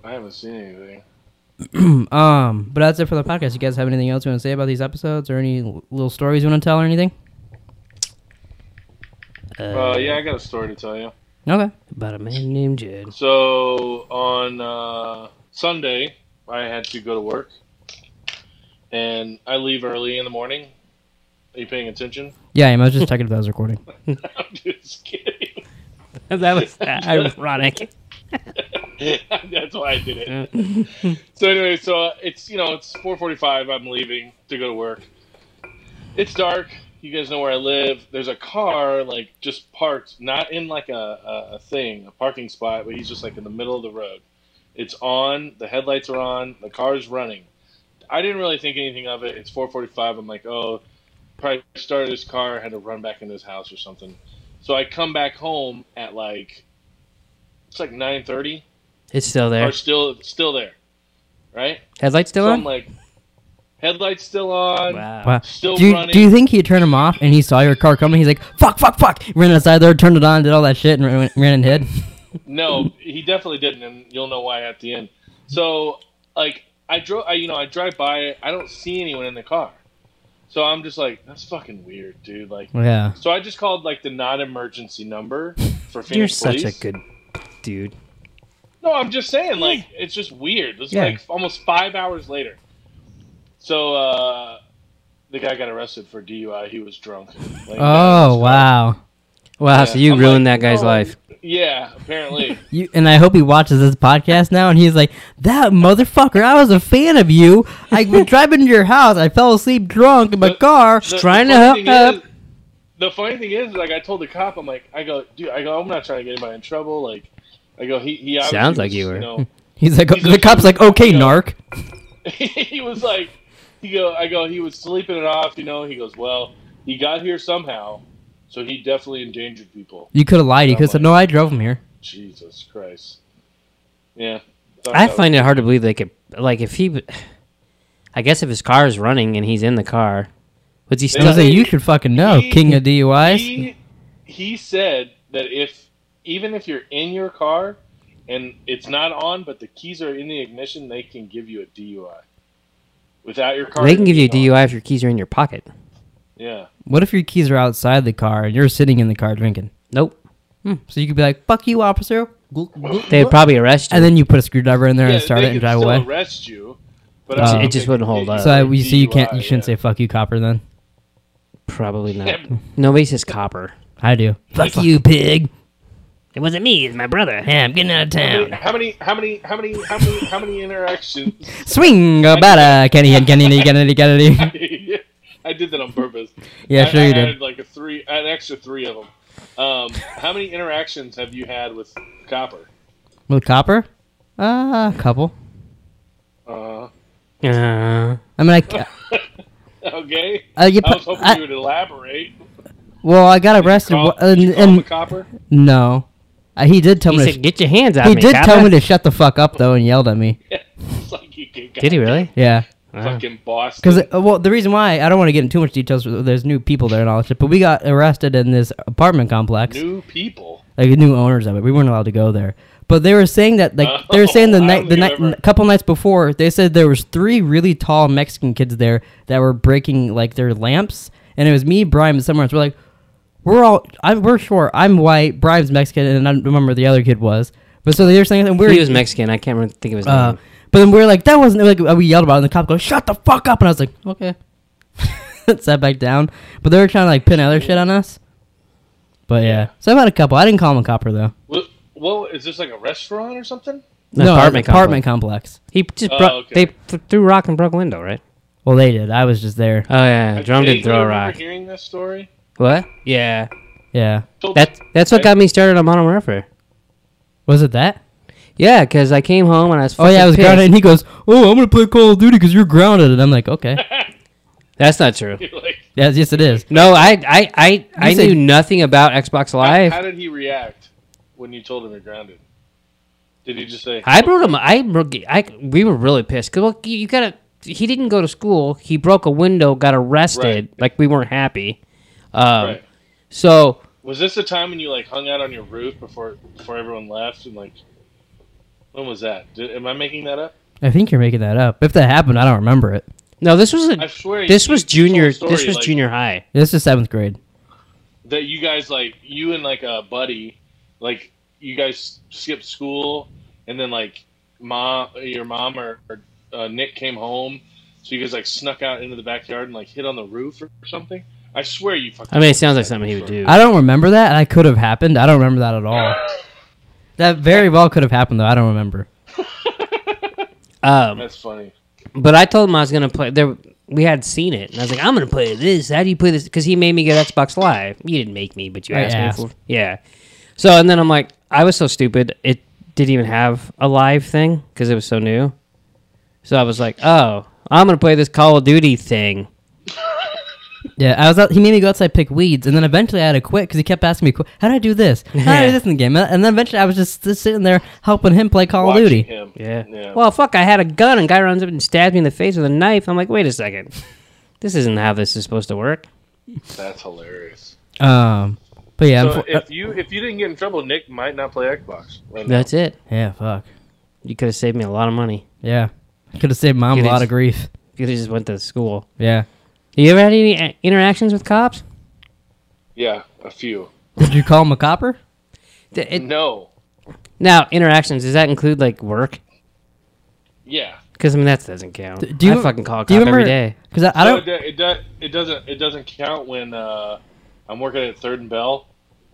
S2: I haven't seen anything.
S1: Um, but that's it for the podcast. You guys have anything else you want to say about these episodes, or any l- little stories you want to tell, or anything?
S2: Uh, yeah, I got a story to tell you.
S1: Okay.
S3: about a man named Jed.
S2: So on uh, Sunday, I had to go to work, and I leave early in the morning. Are you paying attention?
S1: Yeah, I was just checking if that was recording.
S2: I'm just kidding.
S3: that was ironic.
S2: That's why I did it. so anyway, so uh, it's you know it's 4:45. I'm leaving to go to work. It's dark. You guys know where I live. There's a car like just parked, not in like a, a, a thing, a parking spot, but he's just like in the middle of the road. It's on. The headlights are on. The car's running. I didn't really think anything of it. It's 4:45. I'm like, oh, probably started his car, had to run back into his house or something. So I come back home at like it's like 9:30
S3: It's still there.
S2: are still still there, right?
S3: Headlights still
S2: so
S3: on.
S2: I'm like, headlights still on,
S3: wow.
S1: Wow.
S2: still
S1: Do you,
S2: running.
S1: do you think he turned him off and he saw your car coming? He's like, fuck, fuck, fuck. Ran outside there, turned it on, did all that shit, and ran, ran and hid.
S2: no, he definitely didn't, and you'll know why at the end. So, like, I drove, I, you know, I drive by, it, I don't see anyone in the car, so I'm just like, that's fucking weird, dude. Like,
S1: Yeah.
S2: so I just called like the non-emergency number for Phoenix
S3: You're such
S2: Police.
S3: a good dude.
S2: No, I'm just saying, like, it's just weird. It's
S3: Yeah.
S2: like almost five hours later. So, uh, the guy got arrested for DUI. He was drunk. Like,
S1: Oh
S2: that's-
S1: wow.
S3: Wow.
S2: Yeah.
S3: So you
S2: I'm
S3: ruined
S2: like,
S3: that guy's
S2: no.
S3: life.
S2: Yeah, apparently.
S1: You, and I hope he watches this podcast now, and he's like, "That motherfucker! I was a fan of you. I was driving to your house. I fell asleep drunk in my
S2: The-
S1: car.
S2: The-
S3: trying
S2: the
S3: to
S2: funny thing
S3: hook
S2: is- the funny thing is, like, I told the cop, I'm like, I go, dude, I go, I'm not trying to get anybody in trouble. Like, I go, he, he obviously
S3: Sounds like
S2: was,
S3: you were.
S2: know,
S1: He's like,
S2: He's
S1: the
S2: like,
S1: cop's like, okay,
S2: you know,
S1: narc.
S2: he was like, he go, I go, he was sleeping it off, you know. He goes, well, he got here somehow, so he definitely endangered people.
S1: You could have lied. You
S2: I'm
S1: could have said,
S2: like-
S1: no, I drove him here.
S2: Jesus Christ. Yeah. Thought
S3: I
S2: that
S3: find it hard to believe they could like if he. w- I guess if his car is running and he's in the car, was he
S1: I
S3: still?
S1: was like,
S2: he-
S1: you should fucking know,
S2: he-
S1: king of
S2: was-
S1: DUIs.
S2: he, he said that if even if you're in your car and it's not on, but the keys are in the ignition, they can give you a DUI without your car.
S3: They can give you a
S2: being on.
S3: DUI if your keys are in your pocket.
S2: Yeah.
S1: what if your keys are outside the car and you're sitting in the car drinking? Hmm.
S3: Nope.
S1: So you could be like, fuck you, officer. Gl- gl-
S3: They'd probably arrest you.
S1: And then you put a screwdriver in there
S2: yeah,
S1: and start
S2: they
S1: it and
S2: could
S1: drive
S2: still
S1: away.
S2: Arrest you, but
S1: It
S2: I
S1: ju-
S2: don't
S1: it
S3: just
S2: think
S3: wouldn't
S2: they
S3: hold
S2: could
S3: up.
S1: So I,
S2: give
S1: you, so you
S2: DUI,
S1: can't, you shouldn't say
S2: yeah.
S1: fuck you, copper. Then
S3: probably not. Nobody says copper.
S1: I do. Fuck you, pig.
S3: It wasn't me. It's my brother. Yeah, I'm getting out of
S2: How many,
S3: town.
S2: how many, how many, how many, how many, how many interactions?
S1: Swing a batter, Kenny and Kennedy, Kennedy, Kennedy.
S2: I did that on purpose.
S1: Yeah,
S2: I-
S1: sure
S2: I
S1: you did.
S2: added like a three, an extra three of them. Um, how many interactions have you had with Copper?
S1: With Copper? Uh, a couple.
S2: Uh,
S3: Uh,
S1: I mean, I,
S2: okay.
S1: I, get,
S2: I was hoping
S1: I-
S2: you would elaborate.
S1: well, I got arrested.
S2: Call,
S1: wa- and,
S2: did you call him a
S1: and,
S2: copper?
S1: no, Uh, he did tell
S3: he
S1: me. to
S3: said, "Get your hands out."
S1: he
S3: me,
S1: did tell me
S3: Kappa."
S1: to shut the fuck up though, and yelled at me.
S2: It's like you get
S3: Did he really?
S1: Yeah,
S3: Wow.
S2: fucking boss?
S1: because uh, well, the reason why I don't want to get into too much details. There's new people there and all that shit, but we got arrested in this apartment complex,
S2: new people.
S1: like new owners of it. We weren't allowed to go there, but they were saying that like they were saying the
S2: Oh, I
S1: night
S2: don't
S1: the
S2: think
S1: night
S2: I've ever-
S1: couple nights before they said there was three really tall Mexican kids there that were breaking like their lamps, and it was me, Brian, and someone else. We're like, we're all I'm we're sure I'm white, Brian's Mexican, and I don't remember what the other kid was. But so they were saying and we we're
S3: He was Mexican. I can't remember. Think it was.
S1: uh, but then we were like, that wasn't like uh, we yelled about it, and the cop goes, "Shut the fuck up!" And I was like, "Okay," sat back down. But they were trying to like pin other shit on us. But yeah, so I've had a couple. I didn't call him a copper though.
S2: What, well, is this like a restaurant or something?
S3: The
S1: no,
S3: apartment
S1: apartment, apartment complex.
S3: he just
S2: Oh,
S3: brought.
S2: okay.
S3: They th- threw rock and broke window, right?
S1: Well, they did. I was just there.
S3: Oh yeah,
S2: I
S3: Jerome
S2: vaguely
S3: did throw a
S2: remember
S3: rock.
S2: Hearing this story,
S3: What? Yeah.
S1: Yeah,
S2: Told-
S3: That that's what
S2: I-
S3: got me started on Modern Warfare.
S1: was it that?
S3: Yeah, because I came home and I was.
S1: Oh yeah, I
S3: fucking
S1: was
S3: pissed.
S1: grounded, and he goes, "Oh, I'm gonna play Call of Duty because you're grounded," and I'm like, "Okay,
S3: That's not true.
S2: like,
S1: yes, yes, it is."
S3: No, I I I, I
S1: said-
S3: knew nothing about Xbox
S2: how,
S3: Live.
S2: how did he react when you told him you're grounded? Did he just say,
S3: I brought him. I, bro- I we were really pissed because look, you, you gotta. He didn't go to school. He broke a window, got arrested. Like we weren't happy. Um,
S2: Right.
S3: So
S2: Was this the time when you like hung out on your roof before before everyone left and like? When was that? Did, am I making that up?
S1: I think you're making that up. If that happened, I don't remember it.
S3: no, this was
S2: I
S3: a,
S2: swear. you-
S3: this was
S2: you told a
S3: junior.
S2: story,
S3: this was
S2: like,
S3: junior high.
S1: This is seventh grade.
S2: That you guys like you and like a buddy, like you guys skipped school and then like mom, your mom or, or uh, Nick came home, so you guys like snuck out into the backyard and like hit on the roof or something. I swear you fucking.
S3: I mean, it sounds like something he would do.
S1: I don't remember that, and I could have happened. I don't remember that at all.
S2: Oh,
S1: That very well could have happened, though. I don't remember.
S3: Um,
S2: That's funny.
S3: but I told him I was gonna play. There, we had seen it, and I was like, "I'm gonna play this. How do you play this?" Because he made me get Xbox Live. You didn't make me, but you
S1: I
S3: asked,
S1: asked.
S3: me. For, yeah. So and then I'm like, I was so stupid. It didn't even have a live thing because it was so new. So I was like, "Oh, I'm gonna play this Call of Duty thing."
S1: Yeah, I was out. He made me go outside pick weeds, and then eventually I had to quit because he kept asking me, qu- "How do I do this? How do I do this in the game?" And then eventually I was just, just sitting there helping him play Call of
S2: Watching
S1: Duty.
S2: Him.
S3: Yeah.
S2: Yeah.
S3: Well, fuck! I had a gun, and guy runs up and stabs me in the face with a knife. I'm like, "Wait a second, this isn't how this is supposed to work."
S2: That's hilarious.
S1: Um, but yeah,
S2: So
S1: unfor-
S3: uh,
S2: if you if you didn't get in trouble, Nick might not play Xbox. Let him know.
S3: That's it.
S1: yeah, fuck,
S3: You could have saved me a lot of money.
S1: yeah, could have saved mom
S3: You
S1: a
S3: did-
S1: lot of grief.
S3: You could have just went to school.
S1: Yeah,
S3: You ever had any uh, interactions with cops?
S2: Yeah, a few.
S1: did you call him a copper?
S3: D- it-
S2: No.
S3: now, interactions does that include like work?
S2: Yeah.
S3: Because I mean that doesn't count.
S1: D- do you-
S3: I fucking call a cop
S1: do you
S3: every
S1: remember-
S3: day.
S1: Because I, I
S2: So it,
S1: don't.
S2: do- it, do- it doesn't it doesn't count when uh, I'm working at Third and Bell,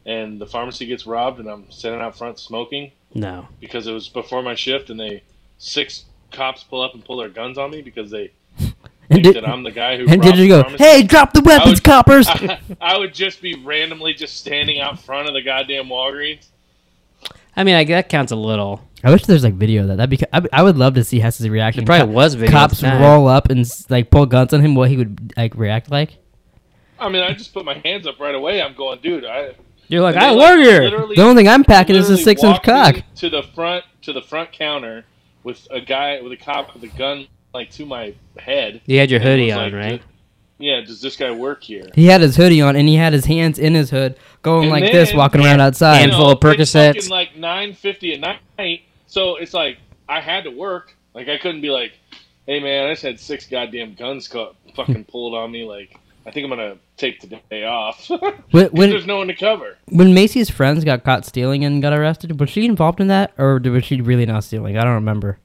S2: and the pharmacy gets robbed, and I'm sitting out front smoking
S3: No.
S2: because it was before my shift, and they six cops pull up and pull their guns on me because they
S1: And
S2: think
S1: did,
S2: that I'm the guy who.
S1: and
S2: robbed
S1: did you
S2: the
S1: go?
S2: pharmacy.
S1: Hey, drop the weapons,
S2: would-
S1: coppers!
S2: I, I would just be randomly just standing out front of the goddamn Walgreens.
S3: I mean, I, that counts a little.
S1: I wish there's like video of that. That'd be. I, I would love to see Hess's reaction.
S3: It probably was video. at
S1: cops
S3: the time.
S1: roll up and s- like pull guns on him, what he would like react like.
S2: I mean, I just put my hands up right away. I'm going, dude. I,
S3: You're like,
S2: and they,
S3: I work here.
S2: literally
S1: The only thing I'm packing is a
S2: literally
S1: six inch
S2: walked me
S1: cock.
S2: to the front to the front counter with a guy with a cop with a gun like to my head.
S3: You had your
S2: And
S3: hoodie
S2: was
S3: on,
S2: like,
S3: right?
S2: "D- Yeah. Does this guy work here?
S1: He had his hoodie on and he had his hands in his hood, going
S2: And
S1: like
S2: then-
S1: this, walking around outside.
S2: You
S3: Handful of
S2: it's
S3: Percocets.
S2: fucking, like nine fifty at night. So it's like I had to work. Like I couldn't be like, hey man, I just had six goddamn guns caught, fucking pulled on me. Like I think I'm gonna take today off. 'Cause
S1: when, when
S2: there's no one to cover.
S1: when Macy's friends got caught stealing and got arrested, was she involved in that, or did- was she really not stealing? I don't remember.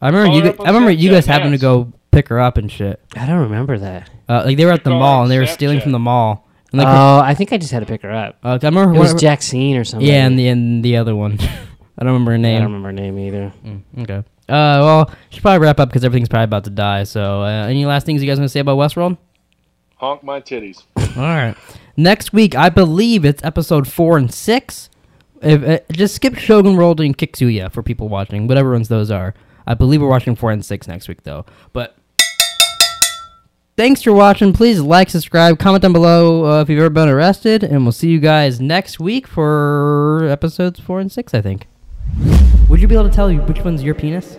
S1: I remember
S2: Call
S1: you.
S2: her
S1: gu-
S2: up on
S1: I remember you guys
S2: Snapchat and
S1: happened to
S2: ask.
S1: go pick her up and shit.
S3: I don't remember that.
S1: Uh, like they were at the
S2: Call her
S1: mall
S2: on
S1: and they were stealing
S2: Snapchat.
S1: from the mall, And like,
S3: oh, I think I just had to pick her up.
S1: uh, I remember
S3: It was
S1: whatever-
S3: Jaxine or something.
S1: Yeah, and the and the other one. I don't remember her
S3: I
S1: name.
S3: don't remember her name either.
S1: Mm, okay. Uh, well, should probably wrap up because everything's probably about to die. So, uh, any last things you guys want to say about Westworld?
S2: Honk my titties.
S1: All right. Next week, I believe it's episode four and six. If, uh, just skip Shogun World and Kixuya for people watching, whatever ones those are. I believe we're watching four and six next week, though. But thanks for watching. Please like, subscribe, comment down below uh, if you've ever been arrested, and we'll see you guys next week for episodes four and six, I think. Would you be able to tell which one's your penis?